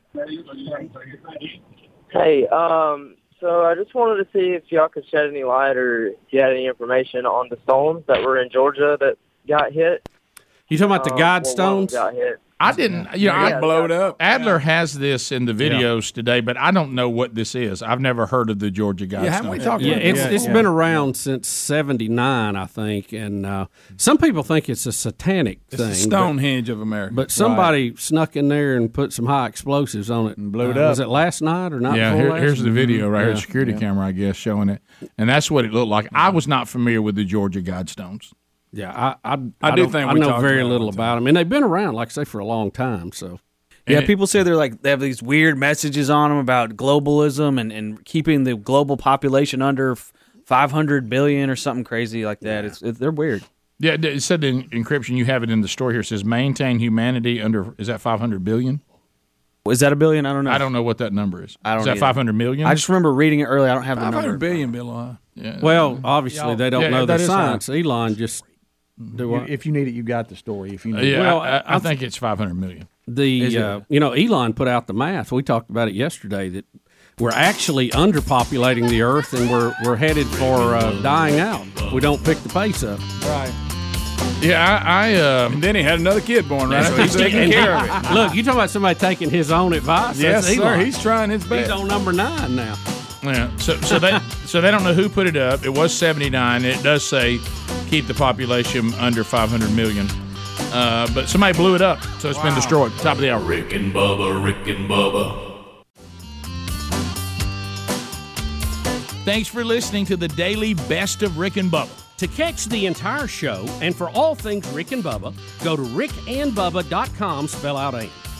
Hey, um, so I just wanted to see if y'all could shed any light or if you had any information on the stones that were in Georgia that got hit. You talking about the Um, well, God one stones? got hit. I didn't. You know, Yeah, I it blowed up. Adler has this in the videos today, but I don't know what this is. I've never heard of the Georgia guy. Yeah, it's it's been around since '79, I think, and uh, some people think it's a satanic It's thing. the but- Stonehenge of America. But somebody snuck in there and put some high explosives on it and blew it Was up. it last night or not? yeah, before here- last? here's the video right here, Yeah. security Yeah. camera, I guess, showing it, and that's what it looked like. I was not familiar with the Georgia Guidestones. Yeah, I I, I do don't- think I we know talked very about it little about them, and they've been around, like I say, for a long time. So Yeah, people say they're like they have these weird messages on them about globalism and, and keeping the global population under f- 500 billion or something crazy like that. It's it, they're weird. Yeah, it said in encryption. You have it in the store here. It says maintain humanity under. Is that five hundred billion? Is that a billion? I don't know. I don't know what that number is. I don't. Is that either. five hundred million? I just remember reading it earlier. I don't have the number. Hundred billion, Bill. uh, huh? Yeah. Well, obviously they don't Mm-hmm. Yeah, know the that is Mm-hmm. science. Elon just do You- what? if you need it, you got the story. If you need Yeah, it. well, I, I think it's five hundred million. Is the it? uh, you know Elon put out the math. We talked about it yesterday that we're actually underpopulating the Earth and we're we're headed for uh, dying out. if We don't pick the pace up. Right. Yeah, I. I uh, and then he had another kid born, right? So he's taking And- care of it. Look, you talking about somebody taking his own advice? Yes, That's sir. Elon. He's trying his best. He's on number nine now. Yeah. So so they so they don't know who put it up. It was seventy nine. It does say keep the population under five hundred million. Uh, but somebody blew it up, so it's been destroyed. Top of the hour. Rick and Bubba, Rick and Bubba. Thanks for listening to the daily best of Rick and Bubba. To catch the entire show and for all things Rick and Bubba, go to rickandbubba.com, spell out AIM.